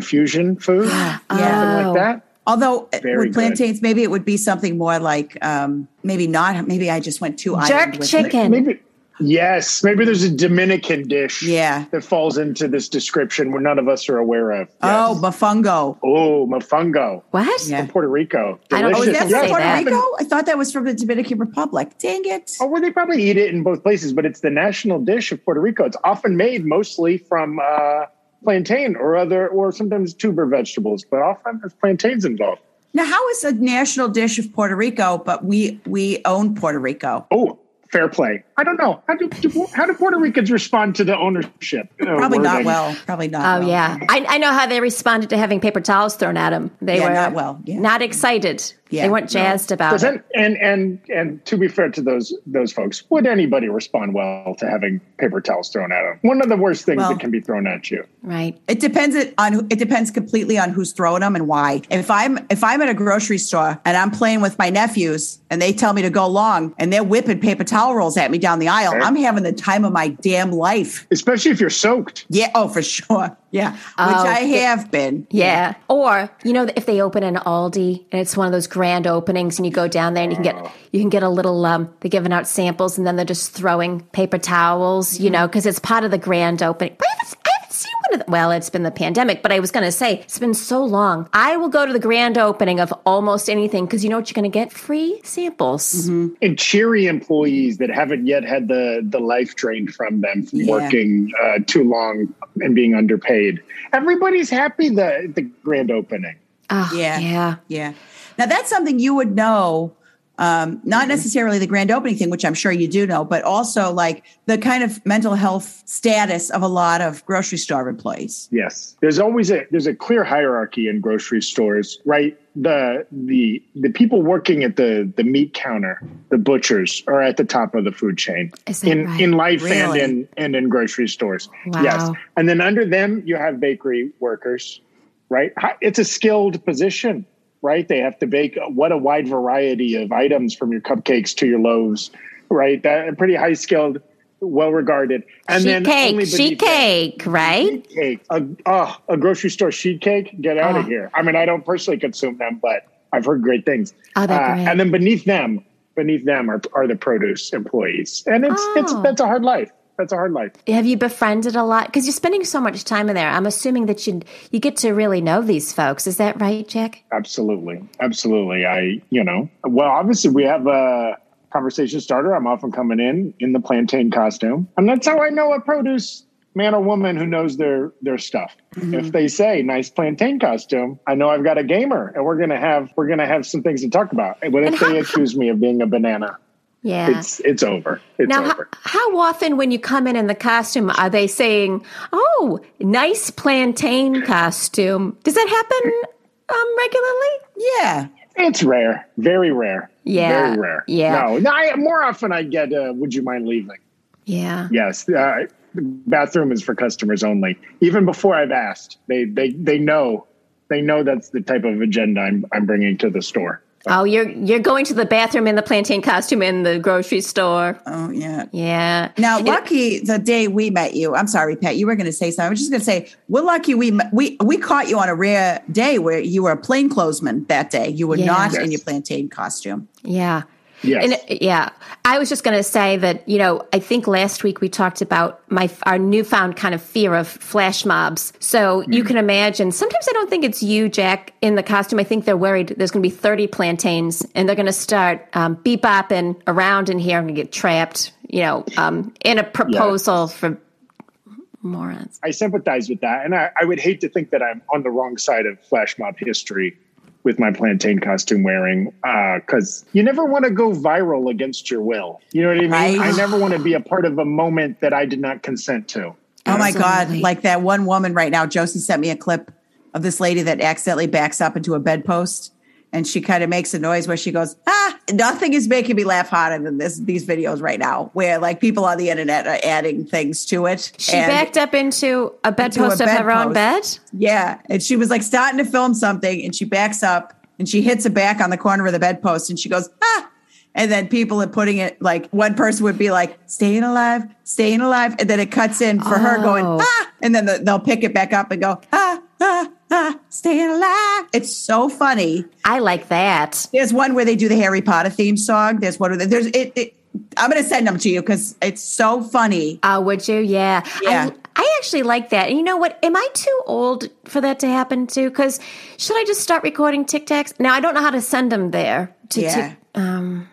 [gasps]
fusion food, something
Oh.
like that.
Although uh,
Very
with
good.
plantains, maybe it would be something more like um, maybe not. Maybe I just went too island
jerk
with it.
chicken.
Maybe yes, maybe there's a Dominican dish
Yeah.
that falls into this description where none of us are aware of.
Oh, bufungo.
Oh, mofongo.
What?
Yeah.
Puerto Rico.
I don't know what
Delicious.
Oh,
you
is that
Shouldn't
from
say
Puerto
that.
Rico? I thought that was from the Dominican Republic. Dang it!
Oh, well, they probably eat it in both places, but it's the national dish of Puerto Rico. It's often made mostly from uh, plantain or other, or sometimes tuber vegetables, but often there's plantains involved.
Now, how is a national dish of Puerto Rico, but we we own Puerto Rico?
Oh, fair play. I don't know. How do, do how do Puerto Ricans respond to the ownership? uh,
Probably not
wording?
well. Probably not.
Oh
well.
yeah, I, I know how they responded to having paper towels thrown at them. They
Yeah,
were
not well, yeah.
not excited.
Yeah,
they weren't jazzed about
Does
it.
an- and and and to be fair to those those folks, would anybody respond well to having paper towels thrown at them? One of the worst things
Well-
that can be thrown at you.
Right?
It depends it- on who- it depends completely on who's throwing them and why. If I'm if I'm at a grocery store and I'm playing with my nephews and they tell me to go long and they're whipping paper towel rolls at me down the aisle, I'm having the time of my damn life.
Especially if you're soaked.
Yeah, oh for sure. Yeah, which
Oh,
I
yeah.
have been.
Yeah. Or you know, if they open an Aldi and it's one of those grand openings, and you go down there and you can
Oh.
get you can get a little. Um, they're giving out samples, and then they're just throwing paper towels.
Mm-hmm.
You know, because it's part of the grand opening. But I haven't, I haven't seen one of the, well, it's been the pandemic, but I was going to say it's been so long. I will go to the grand opening of almost anything because you know what you're going to get free samples.
and cheery employees that haven't yet had the the life drained from them from
Yeah.
working uh, too long and being underpaid. Everybody's happy the the grand opening.
Oh,
Yeah.
yeah.
Yeah. Now that's something you would know, um,
Mm-hmm.
not necessarily the grand opening thing, which I'm sure you do know, but also like the kind of mental health status of a lot of grocery store employees.
Yes, there's always a there's a clear hierarchy in grocery stores, right? The the the people working at the the meat counter, the butchers, are at the top of the food chain
Is that
in
right?
in life and
Really?
in and in grocery stores.
Wow.
Yes, and then under them you have bakery workers, right? Hi- It's a skilled position, right? They have to bake uh, what a wide variety of items from your cupcakes to your loaves, right? That pretty high skilled, well regarded, and
sheet
then only
cake, sheet
beneath that-
cake,
Mm-hmm.
right?
cake. A, oh, a grocery store sheet cake. Get out
Ah.
of here. I mean, I don't personally consume them, but I've heard great things. Uh,
Oh, they're great.
And then beneath them, beneath them are, are the produce employees, and it's it's
Oh.
that's a hard life. That's a hard life.
Have you befriended a lot? Because you're spending so much time in there. I'm assuming that you you get to really know these folks. Is that right, Jack?
Absolutely, absolutely. I you know well, obviously we have a conversation starter. I'm often coming in in the plantain costume, and that's how I know a produce man or woman who knows their their stuff.
Mm-hmm.
If they say nice plantain costume, I know I've got a gamer, and we're gonna have we're gonna have some things to talk about. But
And
if
how-
they accuse me of being a banana,
Yeah.
it's it's over. It's
now, how,
over.
how often when you come in in the costume are they saying, "Oh, nice plantain costume"? Does that happen um, regularly?
Yeah.
It's rare, very rare.
Yeah,
very rare.
yeah.
no, no. I, more often I get, uh, "Would you mind leaving?"
Yeah.
Yes, uh, bathroom is for customers only. Even before I've asked, they they they know they know that's the type of agenda I'm I'm bringing to the store.
Oh, you're you're going to the bathroom in the plantain costume in the grocery store.
Oh yeah.
Yeah.
Now,
It-
lucky the day we met you. I'm sorry, Pat. You were going to say something. I was just going to say we're lucky we met- we we caught you on a rare day where you were a plainclothesman that day. You were
Yeah.
not
Yes.
in your plantain costume.
Yeah.
Yes.
And uh, yeah, I was just going to say that you know I think last week we talked about my our newfound kind of fear of flash mobs. So you can imagine. Sometimes I don't think it's you, Jack, in the costume. I think they're worried there's going to be thirty plantains and they're going to start um, bebopping around in here. I'm going to get trapped, you know, um, in a proposal for morons.
I sympathize with that, and I, I would hate to think that I'm on the wrong side of flash mob history with my plantain costume wearing, because you never want to go viral against your will. You know what I mean?
Right.
I never want to be a part of a moment that I did not consent to.
Oh my God!
Absolutely.
Like that one woman right now. Josie sent me a clip of this lady that accidentally backs up into a bedpost, and she kind of makes a noise where she goes, "Ah!" Nothing is making me laugh harder than this these videos right now, where like people on the internet are adding things to it.
She
And-
backed up into a bedpost of her own bed.
bedpost. Yeah. And she was like starting to film something and she backs up and she hits it back on the corner of the bedpost and she goes, ah. And then people are putting it like one person would be like, staying alive, staying alive. And then it cuts in for her going,
Oh.
ah. And then the, they'll pick it back up and go, ah, ah, ah, staying alive. It's so funny.
I like that.
There's one where they do the Harry Potter theme song. There's one where they, there's it. it I'm going to send them to you because it's so funny.
Oh, would you? Yeah.
Yeah.
I, I actually like that. And you know what? Am I too old for that to happen too? Because should I just start recording Tic Tacs? Now, I don't know how to send them there to,
Yeah.
to, um,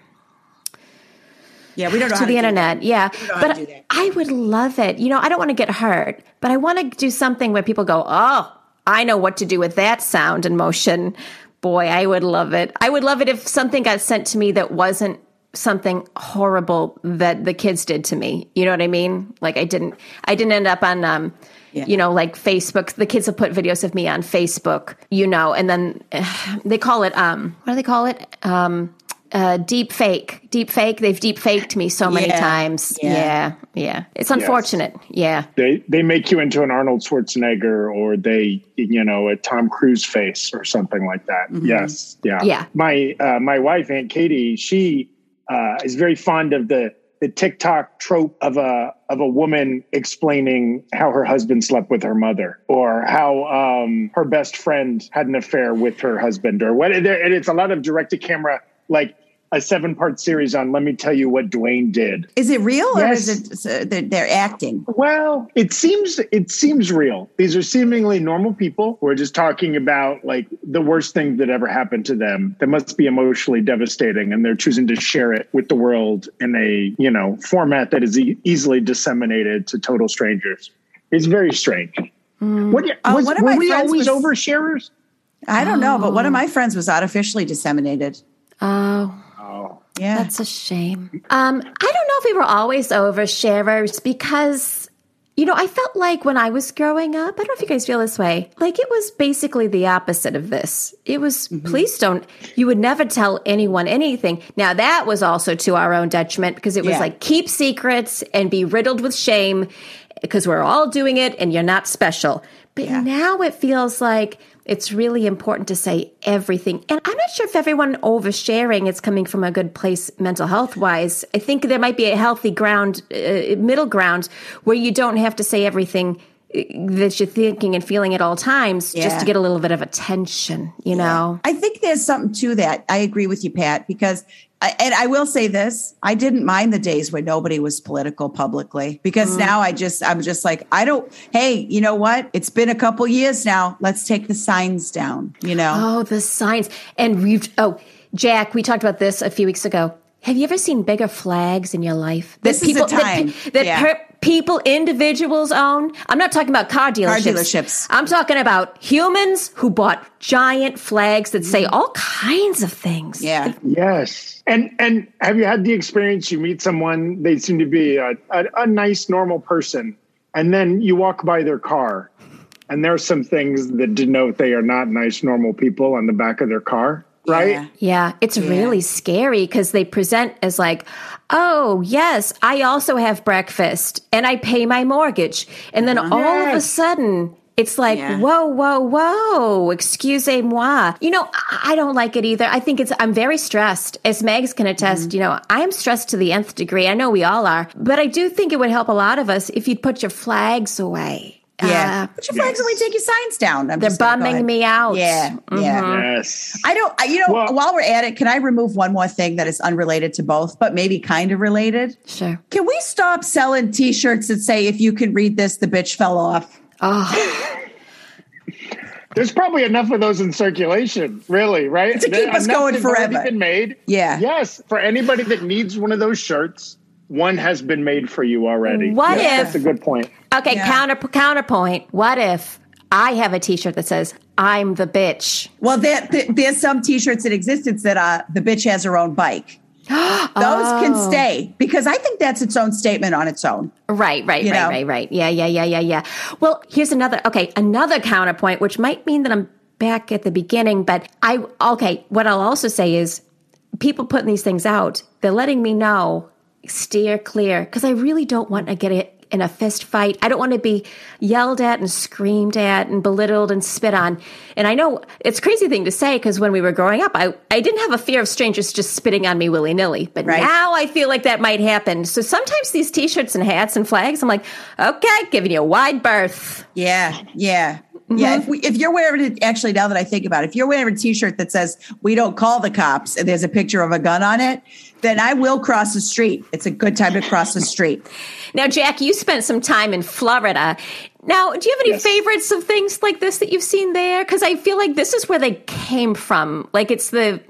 Yeah, we don't know
to
how
the
do that.
internet. Yeah.
know how to do
But
that.
I would love it. You know, I don't want to get hurt, but I want to do something where people go, oh, I know what to do with that sound and motion. Boy, I would love it. I would love it if something got sent to me that wasn't something horrible that the kids did to me. You know what I mean? Like I didn't I didn't end up on um
Yeah.
you know like Facebook. The kids have put videos of me on Facebook, you know, and then [sighs] eh, they call it um what do they call it? Um uh deep fake. Deep fake. They've deep faked me so many
Yeah.
times.
Yeah.
Yeah. yeah. It's unfortunate. Yeah.
They they make you into an Arnold Schwarzenegger or they you know a Tom Cruise face or something like that. Yes, yeah,
Yeah.
My uh, my wife Aunt Katie, she uh, is very fond of the the TikTok trope of a of a woman explaining how her husband slept with her mother or how um, her best friend had an affair with her husband or what. And it's a lot of direct to camera like. A seven part series on let me tell you what Dwayne did.
Is it real or
Yes.
is it so they're, they're acting?
Well, it seems it seems real. These are seemingly normal people who are just talking about like the worst thing that ever happened to them. That must be emotionally devastating, and they're choosing to share it with the world in a you know format that is e- easily disseminated to total strangers. It's very strange. What,
Uh,
was,
one of
were
my
we
friends
always
was-
oversharers?
I don't know, but one of my friends was artificially disseminated.
Oh.
Oh,
Yeah.
That's a shame. Um, I don't know if we were always oversharers because, you know, I felt like when I was growing up, I don't know if you guys feel this way, like it was basically the opposite of this. It was, please don't, you would never tell anyone anything. Now, that was also to our own detriment because it was
Yeah.
like keep secrets and be riddled with shame because we're all doing it and you're not special. But
Yeah.
now it feels like it's really important to say everything. And I'm not sure if everyone oversharing is coming from a good place mental health wise. I think there might be a healthy ground, uh, middle ground, where you don't have to say everything uh, that you're thinking and feeling at all times
Yeah.
just to get a little bit of attention, you know?
I think there's something to that. I agree with you, Pat, because I, and I will say this: I didn't mind the days when nobody was political publicly, because now I just I'm just like I don't. Hey, you know what? It's been a couple years now. Let's take the signs down. You know,
Oh, the signs. And we've, oh, Jack, we talked about this a few weeks ago. Have you ever seen bigger flags in your life?
This is the time.
That, pe- that
Yeah.
per- people, individuals own. I'm not talking about car dealerships.
dealerships.
I'm talking about humans who bought giant flags that say all kinds of things.
yeah.
Yes. And and have you had the experience you meet someone they seem to be a, a, a nice normal person and then you walk by their car and there are some things that denote they are not nice normal people on the back of their car, right?
Yeah. Uh-huh.
Yeah, it's really scary because they present as like, oh, yes, I also have breakfast and I pay my mortgage. And then all of a
Yes.
sudden, it's like,
Uh-huh. Yeah.
whoa, whoa, whoa, excusez-moi. You know, I I don't like it either. I think it's, I'm very stressed. As Megs can
Mm-hmm.
attest, you know, I am stressed to the nth degree. I know we all are, but I do think it would help a lot of us if you'd put your flags away.
Yeah.
Uh,
Put your flags away. Take your signs down. I'm
they're
just gonna go
bumming
ahead.
me out.
Yeah. Mm-hmm. Yeah.
Yes.
I don't, I, you know,
Well-
while we're at it, can I remove one more thing that is unrelated to both, but maybe kind of related?
Sure.
Can we stop selling t shirts that say, if you can read this, the bitch fell off?
Oh,
There's probably enough of those in circulation, really, right?
To keep us
Enough
going
has already
forever.
Been made.
Yeah.
Yes, for anybody that needs one of those shirts, one has been made for you already.
What
Yes,
if-
That's a good point.
Okay,
Yeah.
counter counterpoint. What if I have a T-shirt that says "I'm the bitch"?
Well, there, th- there's some t shirts in existence that uh, the bitch has her own [gasps] bike. Those can stay because I think that's its own statement on its own.
Right, right,
You
right,
know.
right, right. Yeah, yeah, yeah, yeah, yeah. Well, here's another. Okay, another counterpoint, which might mean that I'm back at the beginning, but I okay. What I'll also say is, people putting these things out, they're letting me know steer clear because I really don't want to get it in a fist fight. I don't want to be yelled at and screamed at and belittled and spit on. And I know it's a crazy thing to say because when we were growing up, I, I didn't have a fear of strangers just spitting on me willy nilly. But
Right.
now I feel like that might happen. So sometimes these t shirts and hats and flags, I'm like, okay, giving you a wide berth.
Yeah, Mm-hmm. yeah, yeah. If, we, if you're wearing it, actually, now that I think about it, if you're wearing a T-shirt that says "We don't call the cops" and there's a picture of a gun on it, then I will cross the street. It's a good time to cross the street.
Now, Jack, you spent some time in Florida. Now, do you have any
Yes.
favorites of things like this that you've seen there? Because I feel like this is where they came from. Like it's the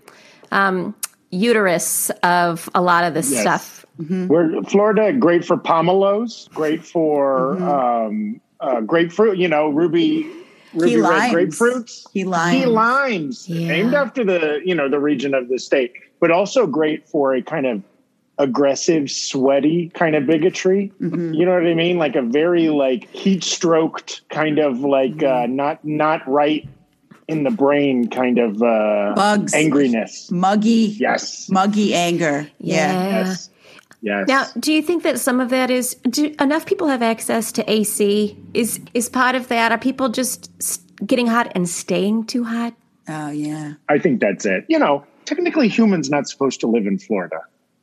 um, uterus of a lot of this
Yes.
stuff.
We're Florida, great for pomelos, great for
Mm-hmm.
um, uh, grapefruit. You know, ruby, ruby red
limes.
grapefruits,
Key limes.
Key limes,
Yeah.
named after the you know the region of the state. but also great for a kind of aggressive, sweaty kind of bigotry.
Mm-hmm.
You know what I mean? Like a very like heat stroked kind of like uh,
Mm-hmm.
not not right in the brain kind of uh,
Bugs.
angriness.
Muggy.
Yes.
Muggy anger. Yeah.
Yes. Yes.
Now, do you think that some of that is do enough people have access to AC? Is is part of that? Are people just s- getting hot and staying too hot?
Oh, yeah.
I think that's it. You know, technically, humans not supposed to live in Florida.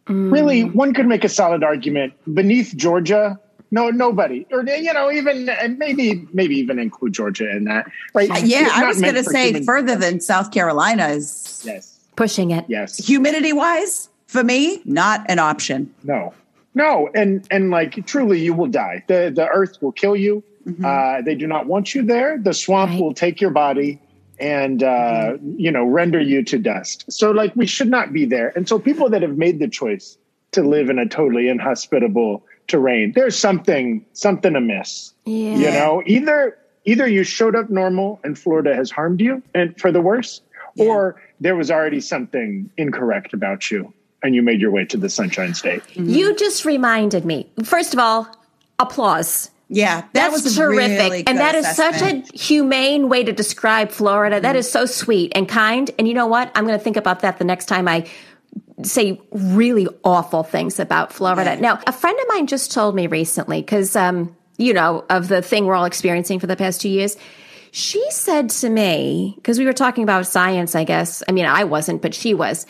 Really,
Mm.
one could make a solid argument beneath Georgia. No, nobody, or you know, even and maybe maybe even include Georgia in that, right?
Uh, Yeah.
It's
I
not
was
meant
going to
for
say
human-
further than South Carolina is
Yes,
Pushing it.
yes,
humidity wise, for me, not an option.
no, no, and and like truly, you will die. the The earth will kill you. Uh, they do not want you there. The swamp
Mm-hmm. Right. Mm-hmm.
will take your body and uh, you know render you to dust. So like we should not be there. And so people that have made the choice to live in a totally inhospitable terrain, there's something something amiss.
Yeah.
You know, either either you showed up normal and Florida has harmed you and for the worse, or there was already something incorrect about you and you made your way to the Sunshine State.
You just reminded me. First of all, applause.
Yeah. That
That's
was a
terrific.
really good
and that is
assessment. Mm-hmm.
such a humane way to describe Florida. That is so sweet and kind. And you know what? I'm going to think about that the next time I say really awful things about Florida.
Yeah.
Now, a friend of mine just told me recently, because, um, you know, of the thing we're all experiencing for the past two years. She said to me, because we were talking about science, I guess. I mean, I wasn't, but she was.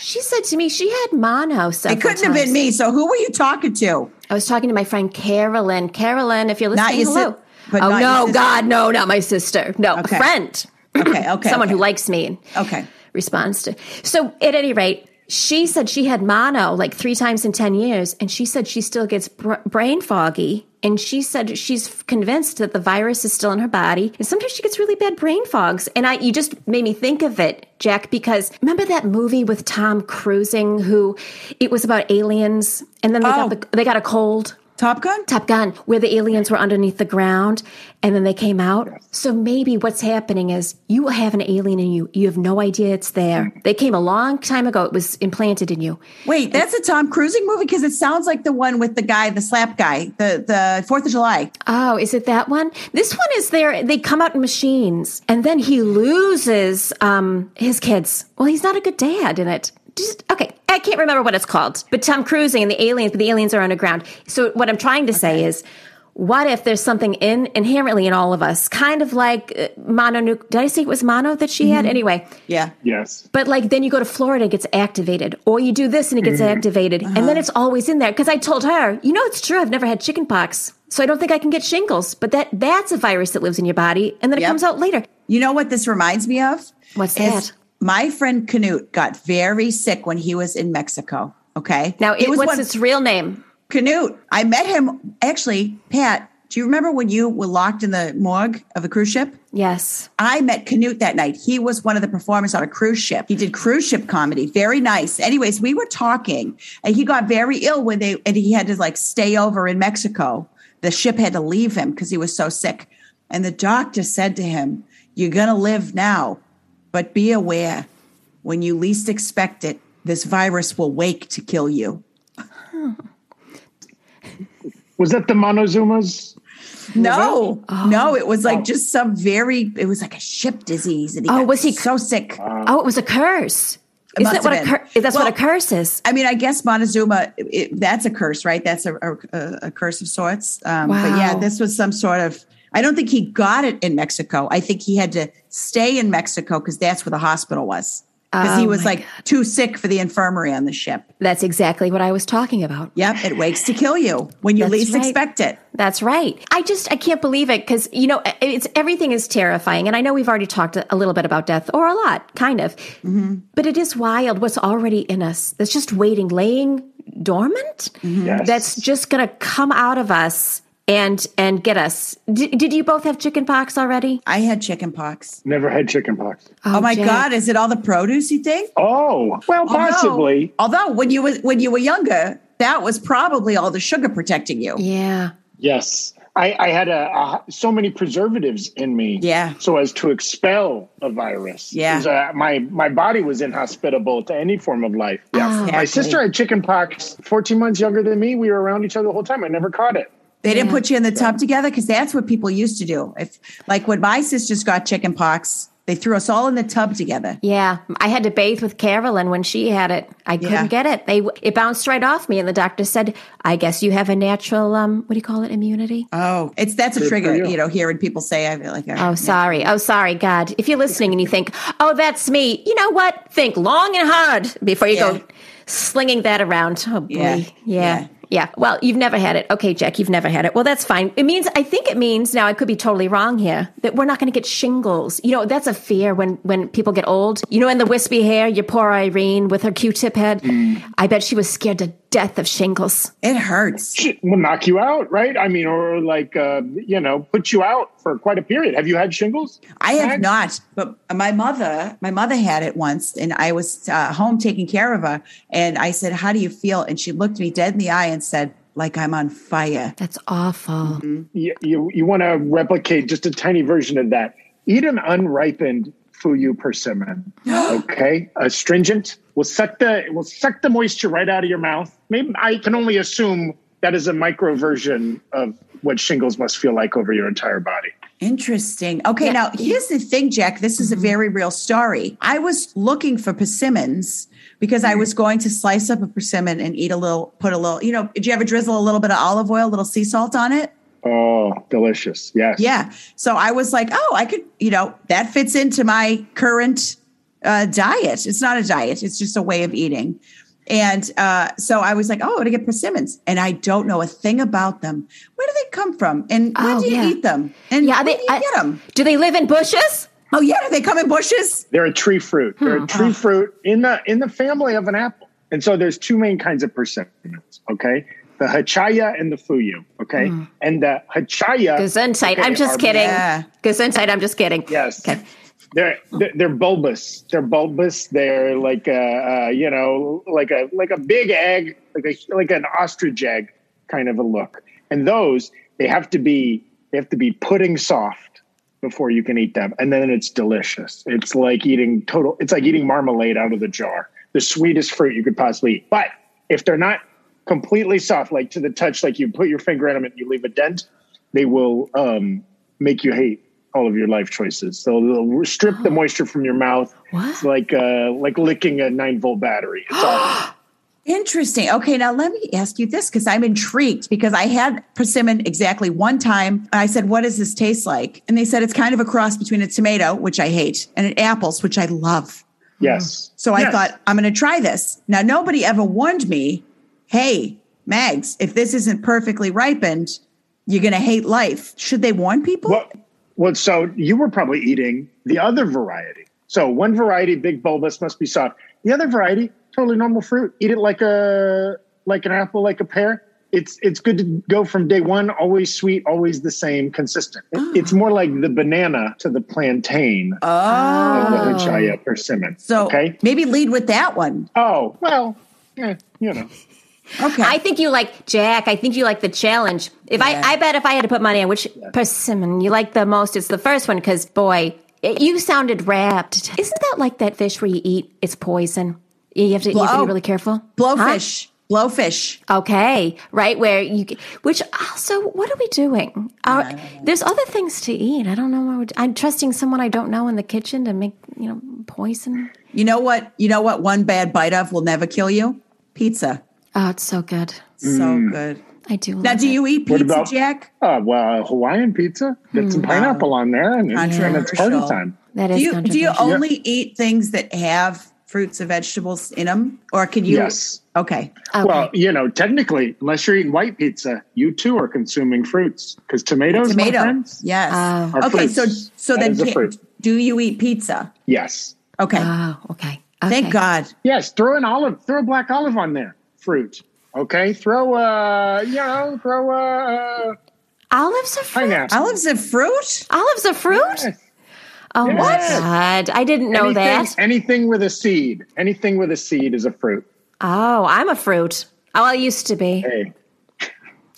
She said to me, she had mono.
It couldn't have been me. So who were you talking to?
I was talking to my friend Carolyn. Carolyn, if you're listening,
Not your
hello.
sis- but
oh
not your
no,
sister.
God, no, not my sister. No,
Okay.
a friend, [clears throat]
Okay. Okay.
someone
okay.
who likes me and
Okay.
responds to. So, at any rate, she said she had mono like three times in ten years, and she said she still gets br- brain foggy. And she said she's convinced that the virus is still in her body, and sometimes she gets really bad brain fogs. And I, you just made me think of it, Jack, because remember that movie with Tom Cruising, who it was about aliens, and then they
Oh.
got the, they got a cold.
Top Gun?
Top Gun, where the aliens were underneath the ground and then they came out. So maybe what's happening is you have an alien in you. You have no idea it's there. They came a long time ago. It was implanted in you.
Wait, that's a Tom Cruising movie because it sounds like the one with the guy, the slap guy, the the Fourth of July.
Oh, is it that one? This one is there. They come out in machines and then he loses um, his kids. Well, he's not a good dad in it. Just, okay, I can't remember what it's called, but Tom Cruising and the aliens, but the aliens are underground. So what I'm trying to say is, what if there's something in inherently in all of us, kind of like uh, mono? Did I say it was mono that she had? Anyway,
Yeah.
Yes.
but like then you go to Florida, it gets activated, or you do this and it
Mm-hmm.
gets activated,
Uh-huh.
and then it's always in there. Because I told her, you know, it's true. I've never had chickenpox, so I don't think I can get shingles. But that that's a virus that lives in your body, and then it
Yep.
comes out later.
You know what this reminds me of?
What's
Is
that?
my friend Canute got very sick when he was in Mexico. Okay.
Now, it,
was
what's
one-
its real name?
Canute. I met him actually, Pat. Do you remember when you were locked in the morgue of a cruise ship?
Yes.
I met Canute that night. He was one of the performers on a cruise ship. He did cruise ship comedy. Very nice. Anyways, we were talking and he got very ill when they and he had to like stay over in Mexico. The ship had to leave him because he was so sick. And the doctor said to him, You're gonna live now, but be aware when you least expect it, this virus will wake to kill you.
Was that the Monozumas?
No,
Oh,
no, it was like just some very it was like a ship disease. And he
Oh,
got
was he-
so sick?
oh, it was a curse.
It
Isn't
must
that what a
have been.
cur- that's
Well,
what a curse is?
I mean, I guess Montezuma, it, that's a curse, right? That's a, a, a curse of sorts. Um, But yeah,
Wow.
this was some sort of, I don't think he got it in Mexico. I think he had to stay in Mexico because that's where the hospital was. Because he
Oh,
was
my
like too sick for the infirmary on the ship.
That's exactly what I was talking about.
Yep, it wakes to kill you when you
That's
least
right.
expect it.
That's right. I just I can't believe it because you know it's everything is terrifying, and I know we've already talked a little bit about death or a lot, kind of,
Mm-hmm.
but it is wild what's already in us that's just waiting, laying dormant.
Mm-hmm.
Yes.
That's just gonna come out of us and and get us. D- did you both have chicken pox already?
I had chicken pox.
never had chickenpox.
Oh, my
Jack.
God, is it all the produce you think?
Oh, well,
Although-
possibly.
Although, when you was when you were younger, that was probably all the sugar protecting you.
Yeah.
Yes. I, I had a, a so many preservatives in me,
Yeah.
so as to expel a virus.
Yeah.
It was, uh, my my body was inhospitable to any form of life. Yeah, my
Exactly.
sister had chicken pox. Fourteen months younger than me, we were around each other the whole time. I never caught it.
They didn't put you in the tub together because that's what people used to do. If like when my sisters got chicken pox, they threw us all in the tub together.
Yeah, I had to bathe with Carolyn when she had it. I couldn't
Yeah.
get it. They it bounced right off me, and the doctor said, "I guess you have a natural um, what do you call it, immunity."
Oh, it's that's a
for
trigger,
you.
you. know, hearing people say I feel like uh,
Oh, sorry. Oh, sorry, God. If you're listening and you think, "Oh, that's me," you know what? Think long and hard before you
Yeah.
go slinging that around. Oh, boy.
Yeah.
Yeah.
Yeah.
yeah. Well, you've never had it. Okay, Jack, you've never had it. Well, that's fine. It means I think it means now I could be totally wrong here that we're not going to get shingles. You know, that's a fear when when people get old. You know, in the wispy hair, your poor Irene with her Q-tip head.
Mm.
I bet she was scared to death of shingles.
it hurts.
Shit will knock you out, right? I mean, or like uh, you know, put you out for quite a period. Have you had shingles?
I have
Right?
not, but my mother, my mother had it once, and I was uh, home taking care of her, and I said, "How do you feel?" And she looked me dead in the eye and said, "Like I'm on fire."
That's awful.
Mm.
you you, you want to replicate just a tiny version of that. Eat an unripened fuyu
[gasps]
persimmon. okay, astringent will suck the will suck the moisture right out of your mouth. Maybe I can only assume that is a micro version of what shingles must feel like over your entire body.
Interesting. Okay, now here's the thing, Jack. This
Mm-hmm.
is a very real story. I was looking for persimmons because
Mm-hmm.
I was going to slice up a persimmon and eat a little, put a little, you know, did you ever drizzle a little bit of olive oil, a little sea salt on it?
Oh, delicious! Yes.
Yeah. So I was like, oh, I could, you know, that fits into my current uh, diet. It's not a diet, it's just a way of eating. And uh, so I was like, oh, I'm to get persimmons. And I don't know a thing about them. Where do they come from? And when
Oh,
do you
yeah.
eat them? And
Yeah,
where
they
do you
I-
get them?
Do they live in bushes?
Oh yeah, do they come in bushes?
They're a tree fruit.
Hmm.
They're a tree fruit in the in the family of an apple. And so there's two main kinds of persimmons, okay? The hachaya and the fuyu, okay? And the hachaya
Hmm. Gesundheit. I'm just
are
kidding.
Yeah.
Gesundheit. I'm just kidding.
Yes.
Okay.
They're they're they're bulbous. They're bulbous. They're like a uh, you know like a like a big egg, like a like an ostrich egg kind of a look. And those they have to be they have to be pudding soft before you can eat them, and then it's delicious. It's like eating total. It's like eating marmalade out of the jar. The sweetest fruit you could possibly eat. But if they're not completely soft, like to the touch, like you put your finger in them and you leave a dent, they will um, make you hate all of your life choices. So they'll strip the moisture from your mouth.
What?
It's like uh, like licking a nine volt battery. It's all
Interesting. Okay, now let me ask you this because I'm intrigued because I had persimmon exactly one time. And I said, What does this taste like? And they said it's kind of a cross between a tomato, which I hate, and an apples, which I love.
yes.
So I
Yes.
thought, I'm gonna try this. Now nobody ever warned me, hey, Mags, if this isn't perfectly ripened, you're gonna hate life. Should they warn people?
Well, well, so you were probably eating the other variety. So one variety, big bulbous, must be soft. The other variety, totally normal fruit. Eat it like a like an apple, like a pear. It's it's good to go from day one. Always sweet, always the same, consistent. It-
Ah.
It's more like the banana to the plantain
Oh,
of the hachaya persimmon.
so
okay.
maybe lead with that one.
Oh well, eh, you know.
Okay.
I think you like Jack. I think you like the challenge. If
Yeah.
I, I bet if I had to put money on which persimmon you like the most, it's the first one because boy, it, you sounded wrapped. Isn't that like that fish where you eat it's poison? You have to, you have to
Blow.
be really careful.
blowfish. Blowfish.
Huh? Okay, right where you, which also, what are we doing? Are, There's other things to eat. I don't know. What we're, I'm trusting someone I don't know in the kitchen to make you know poison.
You know what? You know what? One bad bite of will never kill you. Pizza,
Oh, it's so good.
so good.
I do.
Now,
love
do
it.
you eat pizza,
Mm. about-
Jack?
Oh well, Hawaiian pizza. Get some pineapple on there, and, it's- and it's party
Hmm. Controversial.
time.
That is
Do you do you
controversial.
only eat things that have fruits and vegetables in them, or can you?
Yes.
Okay.
Okay.
Well, you know, technically, unless you're eating white pizza, you too are consuming fruits because tomatoes, my
Tomato.
friends,
Yes.
Oh.
Are
okay. So
fruits.
so
That
then,
is a
can-
fruit.
do you eat pizza?
yes,
Okay.
Oh, okay.
Thank
Okay.
God.
yes. Throw an olive, throw a black olive on there. Fruit. Okay. Throw uh, you know, throw uh, uh,
Olives are fruit.
pineapple.
Olives are fruit.
Olives are fruit.
Yes.
Oh my
Yes.
god! I didn't know
Anything,
that.
anything with a seed. Anything with a seed is a fruit.
Oh, I'm a fruit. Oh, I used to be.
Hey.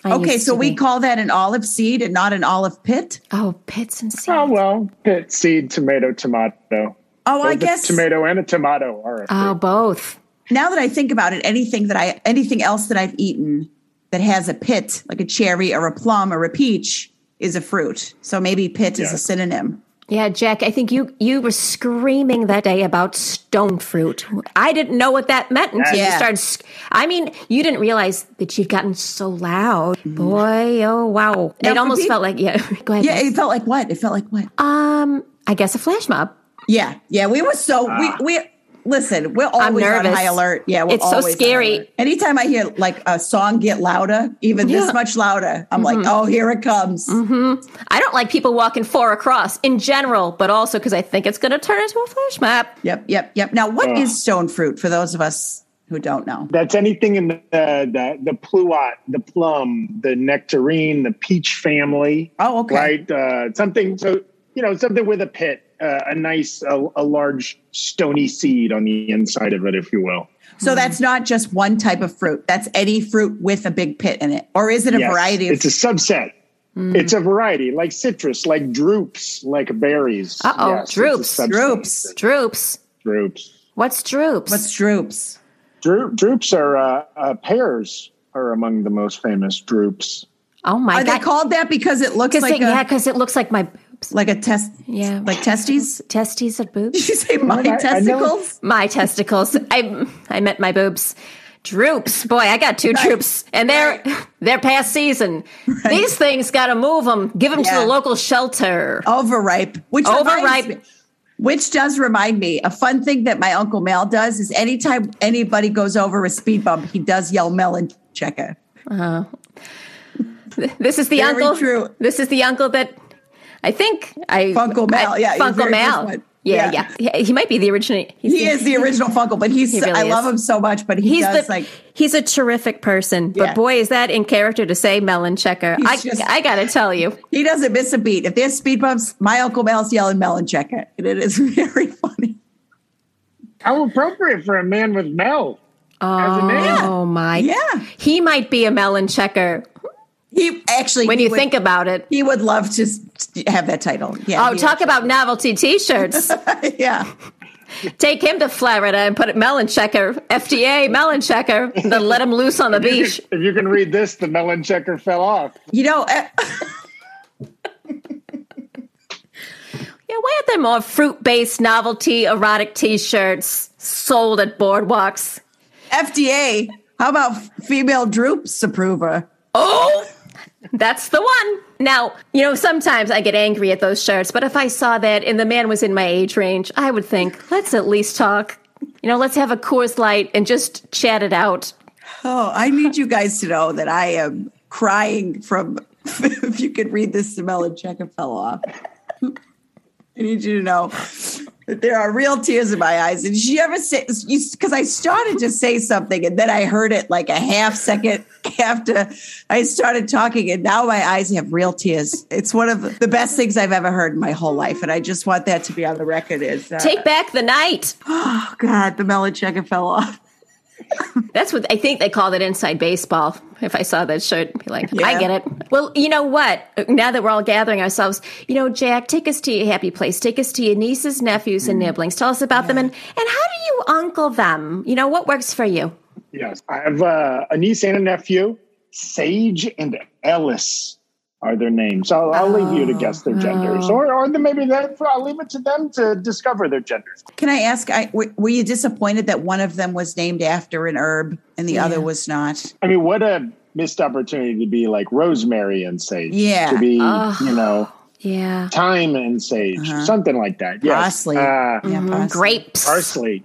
I
okay,
used
so
to
we
be-
call that an olive seed and not an olive pit.
oh pits and seeds.
Oh well, pit seed, tomato, tomato.
Oh, I
Both a
guess
tomato and a tomato are. a-
Oh, both.
now that I think about it, anything that I anything else that I've eaten that has a pit, like a cherry or a plum or a peach, is a fruit. So maybe pit is
Yeah.
a synonym.
Yeah, Jack, I think you you were screaming that day about stone fruit. I didn't know what that meant until you
Yeah.
started. sc- I mean, you didn't realize that you'd gotten so loud. Boy, oh wow!
Now,
it
for
almost
peop-
felt like yeah. [laughs] Go ahead.
Yeah,
Beth.
it felt like what? It felt like what?
um, I guess a flash mob.
Yeah, yeah. We were so we we listen. We're always on
nervous.
high alert. Yeah, we're
It's so
always on
scary.
alert. Anytime I hear like a song get louder, even
Yeah. Mm-hmm.
this much louder, I'm like, oh, here it comes.
I don't like people walking four across in general, but also because I think it's going to turn into a flash mob.
Yep, yep, yep. Now, what is
Ugh.
stone fruit for those of us who don't know?
That's anything in the the the pluot, the plum, the nectarine, the peach family.
Oh, okay.
Right, uh, something. So you know, something with a pit, uh, a nice, a, a large stony seed on the inside of it, if you will.
So that's not just one type of fruit. That's any fruit with a big pit in it, or is it a
Yes,
variety of? Hmm.
It's a subset. It's a variety, like citrus, like droops, like berries.
Uh-oh,
Yes, it's a
droops.
subset.
Droops.
Droops.
Droops.
What's droops?
What's droops?
Droop, droops are uh, uh, pears are among the most famous droops.
oh my
Are they
god!
called that because it looks
'Cause
like uh,
it,
a
yeah, because it looks like my boobs.
like a test?
Yeah.
like testes.
testes are boobs.
Did [laughs] you say my
I- I know-
testicles?
my testicles. I I meant my boobs. Droops, boy, I got two droops, and they're [laughs] they're past season. These things got to move them, give them to
Yeah.
the local shelter.
Overripe. Which
Overripe.
overripe. which does remind me, a fun thing that my uncle Mel does is anytime anybody goes over a speed bump, he does yell melon checker.
This is the
Oh, Very
uncle.
true.
This is the uncle that I think I
Funko Mal,
I-
yeah, your
Funko
very first
Mal.
one.
Yeah, yeah,
Yeah.
He, he might be the original. He's
He is the original Funkle, but he's
He really
I love
is.
him so much, but he
He's
does
the
like
he's a terrific person,
Yeah.
but boy, is that in character to say melon checker.
He's
I
just-
I gotta tell you,
he doesn't miss a beat. If there's speed bumps, my uncle Mel's yelling melon checker. And it is [laughs] very funny.
How appropriate for a man with Mel as a name.
oh my,
Yeah.
he might be a melon checker
He actually
when
he
you
would-
think about it.
he would love to s- have that title. Yeah.
Oh,
he
talk about novelty
[laughs]
T-shirts!
would. [laughs] yeah.
Take him to Florida and put it melon checker, FDA melon checker, and then let him loose on the
[laughs]
beach.
If you can read this, the melon checker fell off.
You know, eh,
Yeah, why aren't there more fruit-based novelty erotic T-shirts sold at boardwalks?
FDA. How about female droops approver?
Oh, that's the one. Now, you know, sometimes I get angry at those shirts, but if I saw that and the man was in my age range, I would think, let's at least talk. You know, let's have a Coors Light and just chat it out.
Oh, I need you guys to know that I am crying from. [laughs] if you could read this, Samela Checker fell off. I need you to know that there are real tears in my eyes. And did she ever say? Because I started to say something, and then I heard it like a half second after I started talking, and now my eyes have real tears. It's one of the best things I've ever heard in my whole life, and I just want that to be on the record. Is uh,
Take back the night.
oh God, the melon checker fell off.
That's what I think they call it inside baseball. If I saw that shirt, I'd be like, I
Yeah.
get it. Well, you know what? Now that we're all gathering ourselves, you know, Jack, take us to your happy place. Take us to your nieces, nephews,
Mm.
and nibblings. Tell us about them and, and how do you uncle them? You know, what works for you?
Yes, I have uh, a niece and a nephew. Sage and Ellis are their names. I'll, I'll leave
Oh,
you to guess their genders, or or then maybe that I'll leave it to them to discover their genders.
Can I ask? I were, were you disappointed that one of them was named after an herb and the other was not?
I mean, what a missed opportunity to be like Rosemary and Sage.
Yeah.
to be you know
Yeah.
thyme and sage,
Uh-huh.
something like that. Yes.
Parsley.
Uh,
Yeah,
Mm-hmm.
possibly.
Mm, Grapes.
[laughs] Parsley.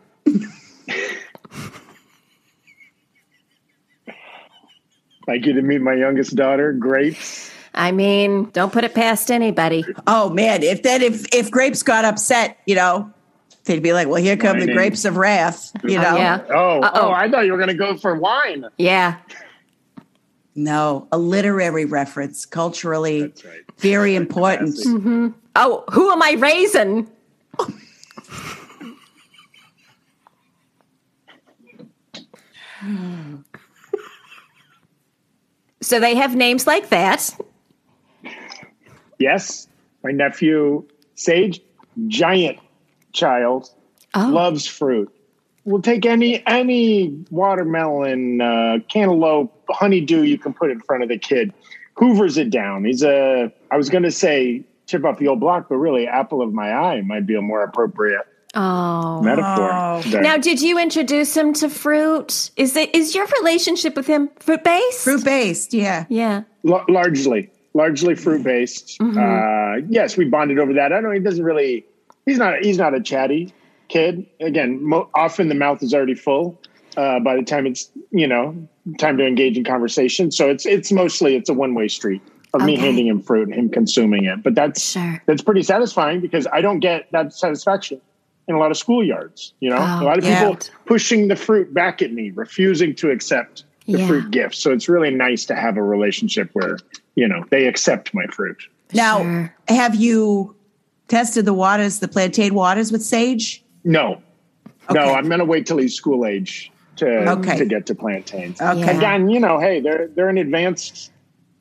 I get to meet my youngest daughter, Grapes.
I mean, don't put it past anybody.
Oh man! If then if if grapes got upset, you know, they'd be like, "Well, here come the
Whining.
grapes of wrath." You know,
yeah.
Oh,
Uh-oh.
oh, I thought you were going to go for wine.
Yeah.
no, a literary reference, culturally
right.
very important.
Classic.
Oh, who am I raising? So they have names like that.
Yes, my nephew Sage, giant child,
Oh.
loves fruit. Will take any any watermelon, uh, cantaloupe, honeydew you can put in front of the kid. Hoovers it down. He's a. I was going to say chip off the old block, but really apple of my eye might be a more appropriate
Oh.
metaphor.
Oh.
there.
Now, did you introduce him to fruit? Is it is your relationship with him fruit based?
Fruit based, yeah.
Yeah.
L- largely, largely fruit based.
Mm-hmm.
Uh, yes, we bonded over that. I don't. He doesn't really. He's not. He's not a chatty kid. Again, mo- often the mouth is already full uh, by the time it's you know time to engage in conversation. So it's it's mostly it's a one way street of me
Okay.
handing him fruit and him consuming it. But that's
Sure.
that's pretty satisfying because I don't get that satisfaction in a lot of schoolyards. You know,
Oh,
a lot of
yeah.
people pushing the fruit back at me, refusing to accept the
Yeah.
fruit gift. So it's really nice to have a relationship where you know they accept my fruit.
Now,
Sure.
have you tested the waters, the plantain waters with sage?
No,
Okay.
no, I'm going to wait till he's school age to
Okay.
to get to plantains.
Okay.
Yeah.
Again, you know, hey, they're they're an advanced.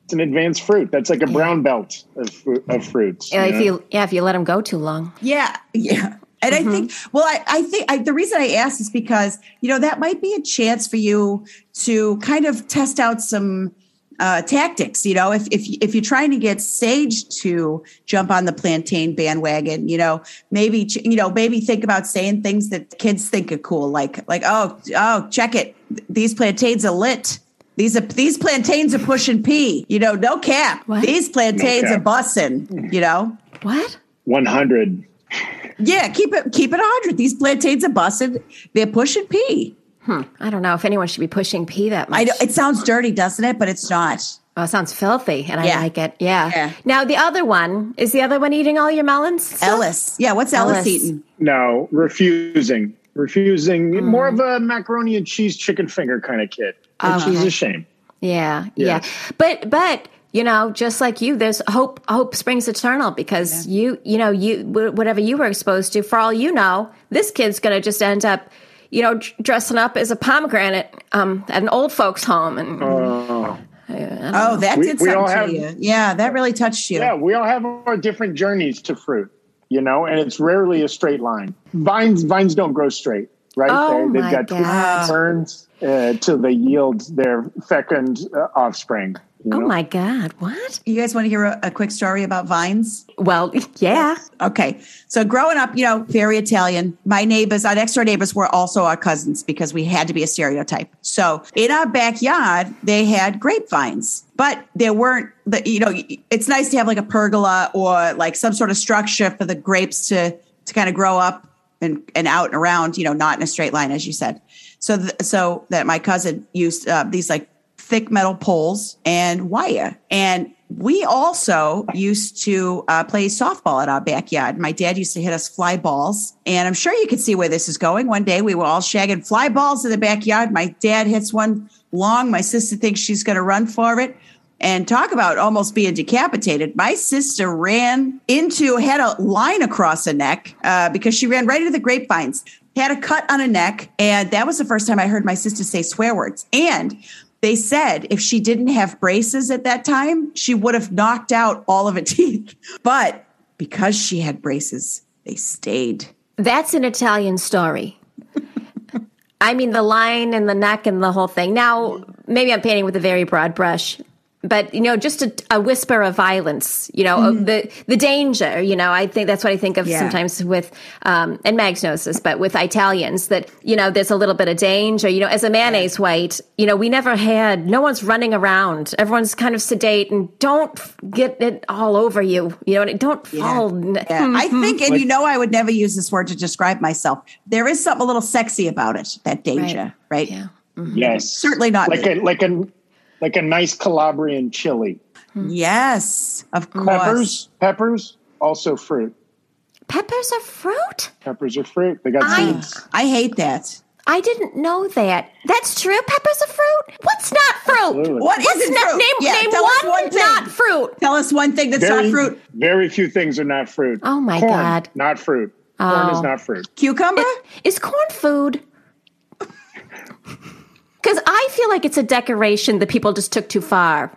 It's an advanced fruit. That's like a brown belt of fru- of fruits.
Yeah,
you
if
know?
you yeah, if you let him go too long.
Yeah, yeah. And I think,
Mm-hmm.
well, I, I think I, the reason I asked is because, you know, that might be a chance for you to kind of test out some uh, tactics. You know, if, if, if you're trying to get Sage to jump on the plantain bandwagon, you know, maybe, ch- you know, maybe think about saying things that kids think are cool. Like, like, oh, oh, check it. These plantains are lit. These are these plantains are pushing P, you know, no cap.
What?
These plantains
No cap.
are bussing, you know.
What?
100.
Yeah, keep it keep it hundred. These plantains are busted. They're pushing pee.
I don't know if anyone should be pushing pee that much.
I know it sounds dirty, doesn't it? But it's not.
Oh, it sounds filthy, and I
Yeah.
like it. Yeah.
Yeah.
Now the other one is the other one eating all your melons.
Ellis. Yeah, what's Ellis,
Ellis.
eating?
No, refusing. Refusing.
Mm-hmm.
More of a macaroni and cheese chicken finger kind of kid, which is
Uh-huh.
a shame.
Yeah, yeah.
Yes.
But but you know, just like you, there's hope. Hope springs eternal because you you know you wh- whatever you were exposed to, for all you know, this kid's gonna just end up. You know, dr- dressing up as a pomegranate um, at an old folks' home, and
Mm-hmm.
Oh.
Oh, that
We-
did
we all
something to
have-
you. Yeah, that really touched you.
Yeah, we all have our different journeys to fruit, you know, and it's rarely a straight line. Vines vines don't grow straight, right?
Oh,
They-
my
They've got twists and
God.
turns uh, till they yield their fecund uh, offspring. you
oh
know?
my god, what?
You guys want to hear a, a quick story about vines?
Well, [laughs] yeah,
Okay. So growing up, you know, very Italian. My neighbors, our next door neighbors were also our cousins because we had to be a stereotype. So in our backyard, they had grapevines, but there weren't the, you know, it's nice to have like a pergola or like some sort of structure for the grapes to, to kind of grow up and, and out and around, you know, not in a straight line, as you said. So, th- so that my cousin used uh, these like thick metal poles and wire. And we also used to uh, play softball in our backyard. My dad used to hit us fly balls. And I'm sure you can see where this is going. One day we were all shagging fly balls in the backyard. My dad hits one long. My sister thinks she's going to run for it. And talk about almost being decapitated. My sister ran into, had a line across her neck uh, because she ran right into the grapevines, had a cut on her neck. And that was the first time I heard my sister say swear words. And they said if she didn't have braces at that time, she would have knocked out all of her [laughs] teeth. But because she had braces, they stayed.
that's an Italian story. [laughs] I mean, the line and the neck and the whole thing. Now, maybe I'm painting with a very broad brush, but you know, just a, a whisper of violence. You know, of the the danger. You know, I think that's what I think of
Mm-hmm. Yeah.
sometimes with, um, and Mags knows this, but with Italians that you know, there's a little bit of danger. You know, as a mayonnaise white, you know, we never had. No one's running around. Everyone's kind of sedate and don't f- get it all over you. You know, don't fall.
Yeah. I think, and you know, I would never use this word to describe myself. There is something a little sexy about it, that danger, right?
Yeah.
Yes.
Certainly not
Like a like a like a nice Calabrian chili.
Yes, of course.
Peppers, peppers also fruit.
Peppers are fruit?
Peppers are fruit. They got
I-
seeds.
I hate that.
I didn't know that. That's true. Peppers are fruit. What's not fruit?
Absolutely.
What
What's
isn't
not,
fruit?
Name,
Yeah,
name
tell us
one,
one thing.
not fruit.
Tell us one thing that's
Very,
not fruit.
very few things are not fruit.
Oh, my
Corn,
God.
Not fruit.
Oh.
Corn is not fruit.
[laughs] Cucumber?
Is corn food? Because I feel like it's a decoration that people just took too far.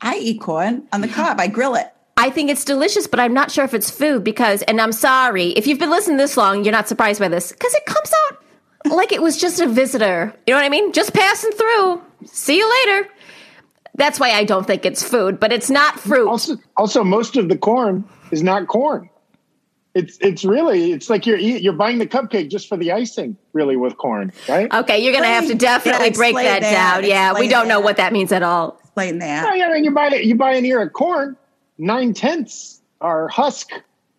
I eat corn on the cob. I grill it.
I think it's delicious, but I'm not sure if it's food because, and I'm sorry, if you've been listening this long, you're not surprised by this because it comes out like it was just a visitor. You know what I mean? Just passing through. See you later. That's why I don't think it's food, but it's not fruit.
Also, also most of the corn is not corn. It's it's really it's like you're eat- you're buying the cupcake just for the icing, really, with corn, right?
okay, you're going to have to
Right.
definitely
Yeah,
break
explain
that,
that.
down. Yeah, we
Explain
don't know
that.
what that means at all.
Explain
Oh,
that.
yeah, I mean, you buy you buy an ear of corn, nine tenths are husk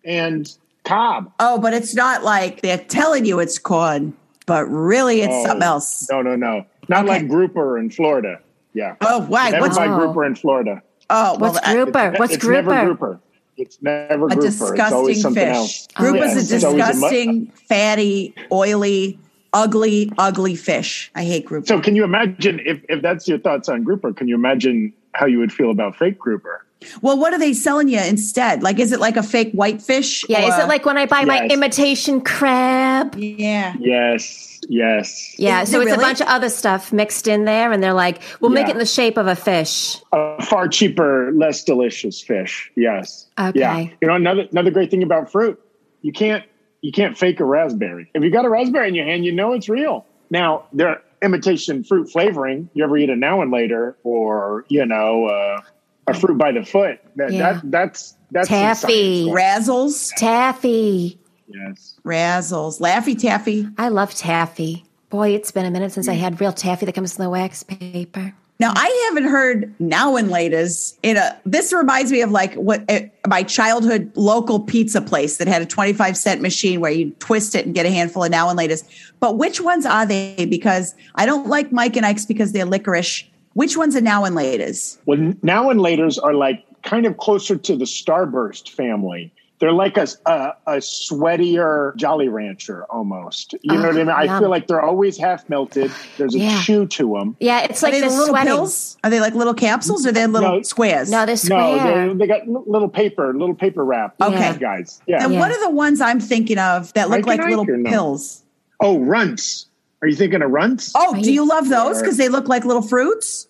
and cob.
Oh, but it's not like they're telling you it's corn, but really it's
Oh,
something else.
No, no, no, not
Okay.
like grouper in Florida. Yeah,
Oh, why?
never
What's
buy
Oh.
grouper in Florida.
oh? Well,
What's
I-
group- Grouper.
It's ne-
What's
it's Never
grouper?
grouper. It's never
a
grouper. it's always
disgusting
something
fish.
else. Oh,
Group
Yeah,
is a
it's always mu-
disgusting, fatty, oily, ugly, ugly fish. I hate group.
so, can you imagine if if that's your thoughts on grouper? Can you imagine how you would feel about fake grouper?
well, what are they selling you instead? Like, is it like a fake whitefish?
Yeah, is
or-
it like when I buy my
Yes.
imitation crab?
Yeah.
Yes, yes.
Yeah, so it's
Really?
a bunch of other stuff mixed in there, and they're like, we'll make it
Yeah.
in the shape of a fish.
a far cheaper, less delicious fish. Yes.
Okay.
Yeah. You know another another great thing about fruit, you can't you can't fake a raspberry. If you got a raspberry in your hand, you know it's real. Now there are imitation fruit flavoring. You ever eat a now and later, or you know uh, a fruit by the foot? That,
Yeah.
that that's that's some
Taffy.
science.
Razzles,
Taffy.
Yes.
razzles, laffy taffy.
I love taffy. Boy, it's been a minute since I
Mm.
had real taffy that comes in the wax paper.
Now I haven't heard now and laters in a. This reminds me of like what uh, my childhood local pizza place that had a twenty five cent machine where you twist it and get a handful of now and laters. But which ones are they? Because I don't like Mike and Ike's because they're licorice. Which ones are now and laters?
Well, now and later's are like kind of closer to the Starburst family. They're like a, a, a sweatier Jolly Rancher almost. You know
Oh,
what I mean? I
yum.
feel like they're always half melted. There's a
Yeah.
chew to them.
Yeah, it's
are
like
they
the
the little
sweating.
pills? Are they like little capsules or they're little
No.
squares?
No, they're square.
No, they, they got li- little paper, little paper wrap.
Okay.
these guys. Yeah.
Now,
Yeah.
what are the ones I'm thinking of that look
Mike and
like little
Ike or no?
pills?
Oh, runts. Are you thinking of runts?
Oh,
Are
do
you-
you love those because they look like little fruits?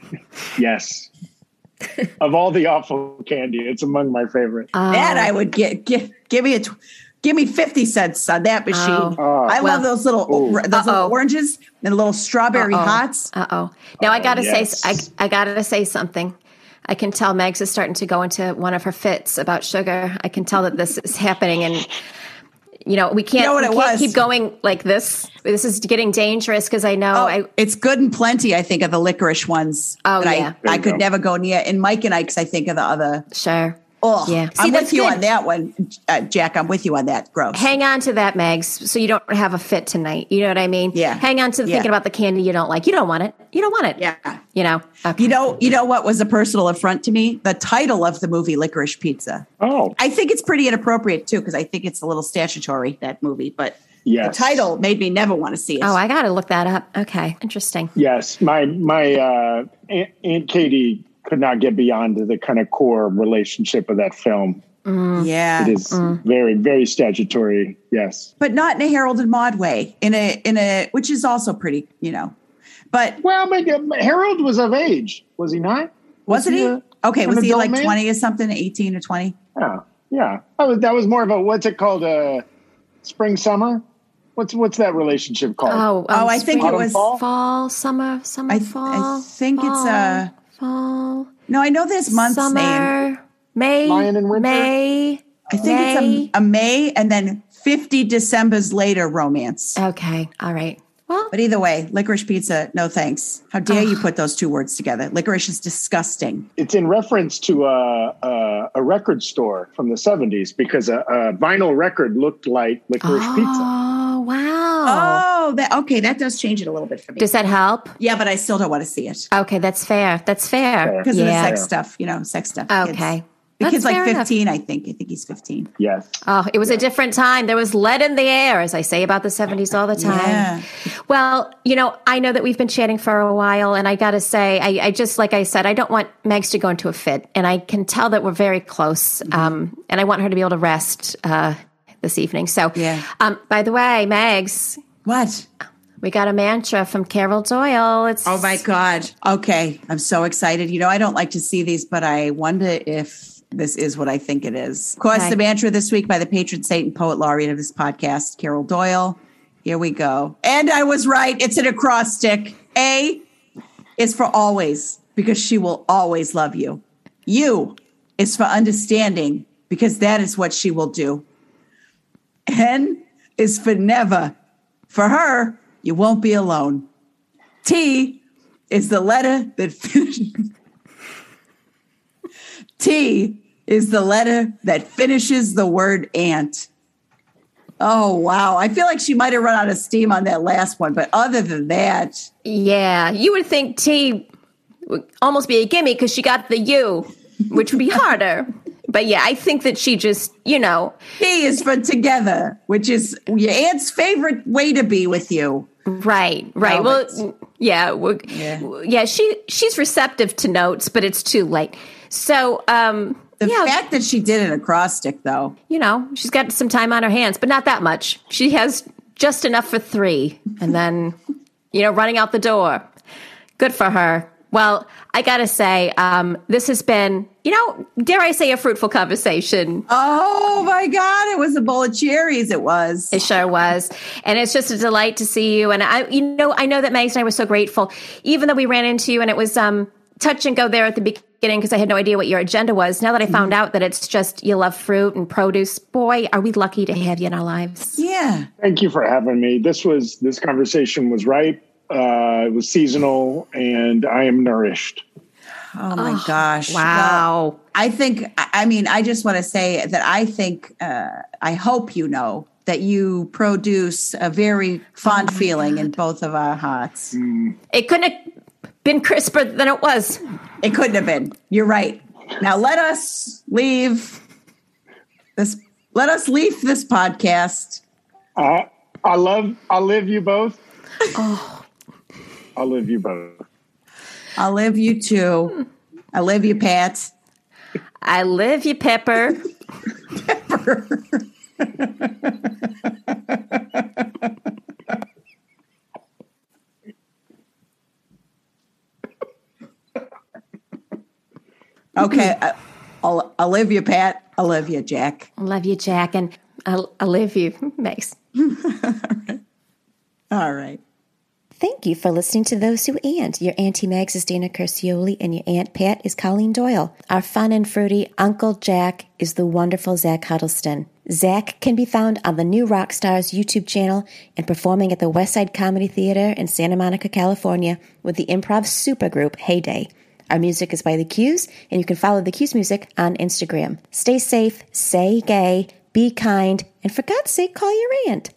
[laughs]
Yes. of all the awful candy, it's among my favorite.
Oh,
That I would get. Give, give me a. Tw- give me fifty cents on that machine.
Oh.
Oh.
I
Well.
love those little
Ooh.
those little
Uh-oh.
oranges and little strawberry
Uh-oh.
hots.
Uh-oh. Now
Oh,
I gotta
yes.
say I, I gotta say something. I can tell Megs is starting to go into one of her fits about sugar. I can tell that this is happening and you know, we can't,
know what
we
it
can't
was?
keep going like this. This is getting dangerous because I know
Oh,
I
it's good and plenty. I think of the licorice ones.
Oh,
that
yeah.
There
I, I
you
could
go.
never go near. And Mike and Ike's. I think of the other.
sure.
Oh,
Yeah. See,
I'm
that's
with you
good.
on that one, uh, Jack. I'm with you on that. Gross.
Hang on to that, Megs, so you don't have a fit tonight. You know what I mean?
Yeah.
Hang on to
Yeah.
thinking about the candy you don't like. You don't want it. You don't want it.
Yeah.
You know? Okay.
You know, you know what was a personal affront to me? The title of the movie Licorice Pizza.
Oh,
I think it's pretty inappropriate too, because I think it's a little statutory that movie. But
yes.
the title made me never want to see it.
Oh, I gotta look that up. Okay. Interesting.
Yes, my my uh, Aunt, Aunt Katie could not get beyond the kind of core relationship of that film.
yeah,
It is
Mm-hmm.
very very statutory. Yes.
but not in a Harold and Maude way. In a in a which is also pretty, you know. But
Well, my, my- Harold was of age, was he not?
wasn't he?
a-
okay,
an
was he
adult
like
man?
twenty or something, eighteen or twenty?
Yeah, yeah. That was that was more of a what's it called? Uh, spring summer. What's what's that relationship called?
Oh, um,
Oh, I think
spring-
it
Autumn,
was.
fall?
fall, summer, summer,
I, th-
Oh, fall.
I think it's a.
fall,
No, I know this
fall
month's name.
summer, May,
Lion in Winter?
May.
I think it's a, a May and then fifty December's later romance.
Okay, all right. Well,
But either way, licorice pizza, no thanks. How dare you put those two words together? Licorice is disgusting.
It's in reference to uh, uh, a record store from the '70s because a, a vinyl record looked like licorice pizza.
oh wow.
Oh, that okay, that does change it a little bit for me.
Does that help?
yeah, but I still don't want to see it
Okay, that's fair. That's fair.
because of the
yeah.
sex stuff, you know, sex stuff. Kids-
Okay.
The
That's
kid's like
fair enough.
15, I think. I think he's 15.
Yes.
Oh, it was a different time. There was lead in the air, as I say about the 70s all the time.
Yeah.
Well, you know, I know that we've been chatting for a while, and I got to say, I, I just, like I said, I don't want Megs to go into a fit, and I can tell that we're very close,
Mm-hmm.
um, and I want her to be able to rest uh, this evening. So,
Yeah.
um, by the way, Megs,
What?
We got a mantra from Carol Doyle. It's
Oh my God. Okay. I'm so excited. You know, I don't like to see these, but I wonder if this is what I think it is. Of course,
Okay.
the mantra this week by the patron saint and poet laureate of this podcast, Carol Doyle. Here we go. And I was right. It's an acrostic. A is for always, because she will always love you. U is for understanding, because that is what she will do. N is for never. For her, you won't be alone. T is the letter that [laughs] finishes. T is the letter that finishes the word ant. Oh, wow. I feel like she might have run out of steam on that last one. But other than that,
Yeah, you would think T would almost be a gimme because she got the U, which would be
[laughs]
harder. But yeah, I think that she just, you know,
T is for together, which is your aunt's favorite way to be with you.
right, right.
Roberts.
Well, yeah, we-
Yeah.
yeah. She she's receptive to notes, but it's too late. So, um,
The
yeah,
fact that she did an acrostic, though,
you know, she's got some time on her hands, but not that much. She has just enough for three, and then, you know, running out the door. Good for her. Well, I gotta say, um, this has been, you know, dare I say, a fruitful conversation.
Oh my God, it was a bowl of cherries. It was.
It sure was. And it's just a delight to see you. And I, you know, I know that Mags and I were so grateful, even though we ran into you and it was um, touch and go there at the beginning because I had no idea what your agenda was. Now that I found out that it's just you love fruit and produce, boy, are we lucky to have you in our lives.
Yeah.
Thank you for having me. This was this conversation was ripe. Uh, it was seasonal, and I am nourished.
Oh my gosh. Well,
Wow.
I think, I I mean, I just want to say that I think, uh, I hope you know that you produce a very fond feeling in both of our hearts.
it couldn't have been crisper than it was.
It couldn't have been. You're right. Now let us leave this, let us leave this podcast.
I I love I live you both. I love you both.
I'll live you too. I live you, Pat.
I live you, Pepper.
Okay. I, I'll, I'll live you, Pat. I love you, Jack.
I love you, Jack, and I, I live you, Max.
All right.
Thank you for listening to Those Who Aunt. Your Auntie Mags is Dana Curcioli, and your Aunt Pat is Colleen Doyle. Our fun and fruity Uncle Jack is the wonderful Zach Huddleston. Zach can be found on the New Rock Stars YouTube channel and performing at the Westside Comedy Theater in Santa Monica, California, with the improv supergroup Heyday. Our music is by The Q's, and you can follow The Q's music on Instagram. Stay safe, say gay, be kind, and for God's sake, call your aunt.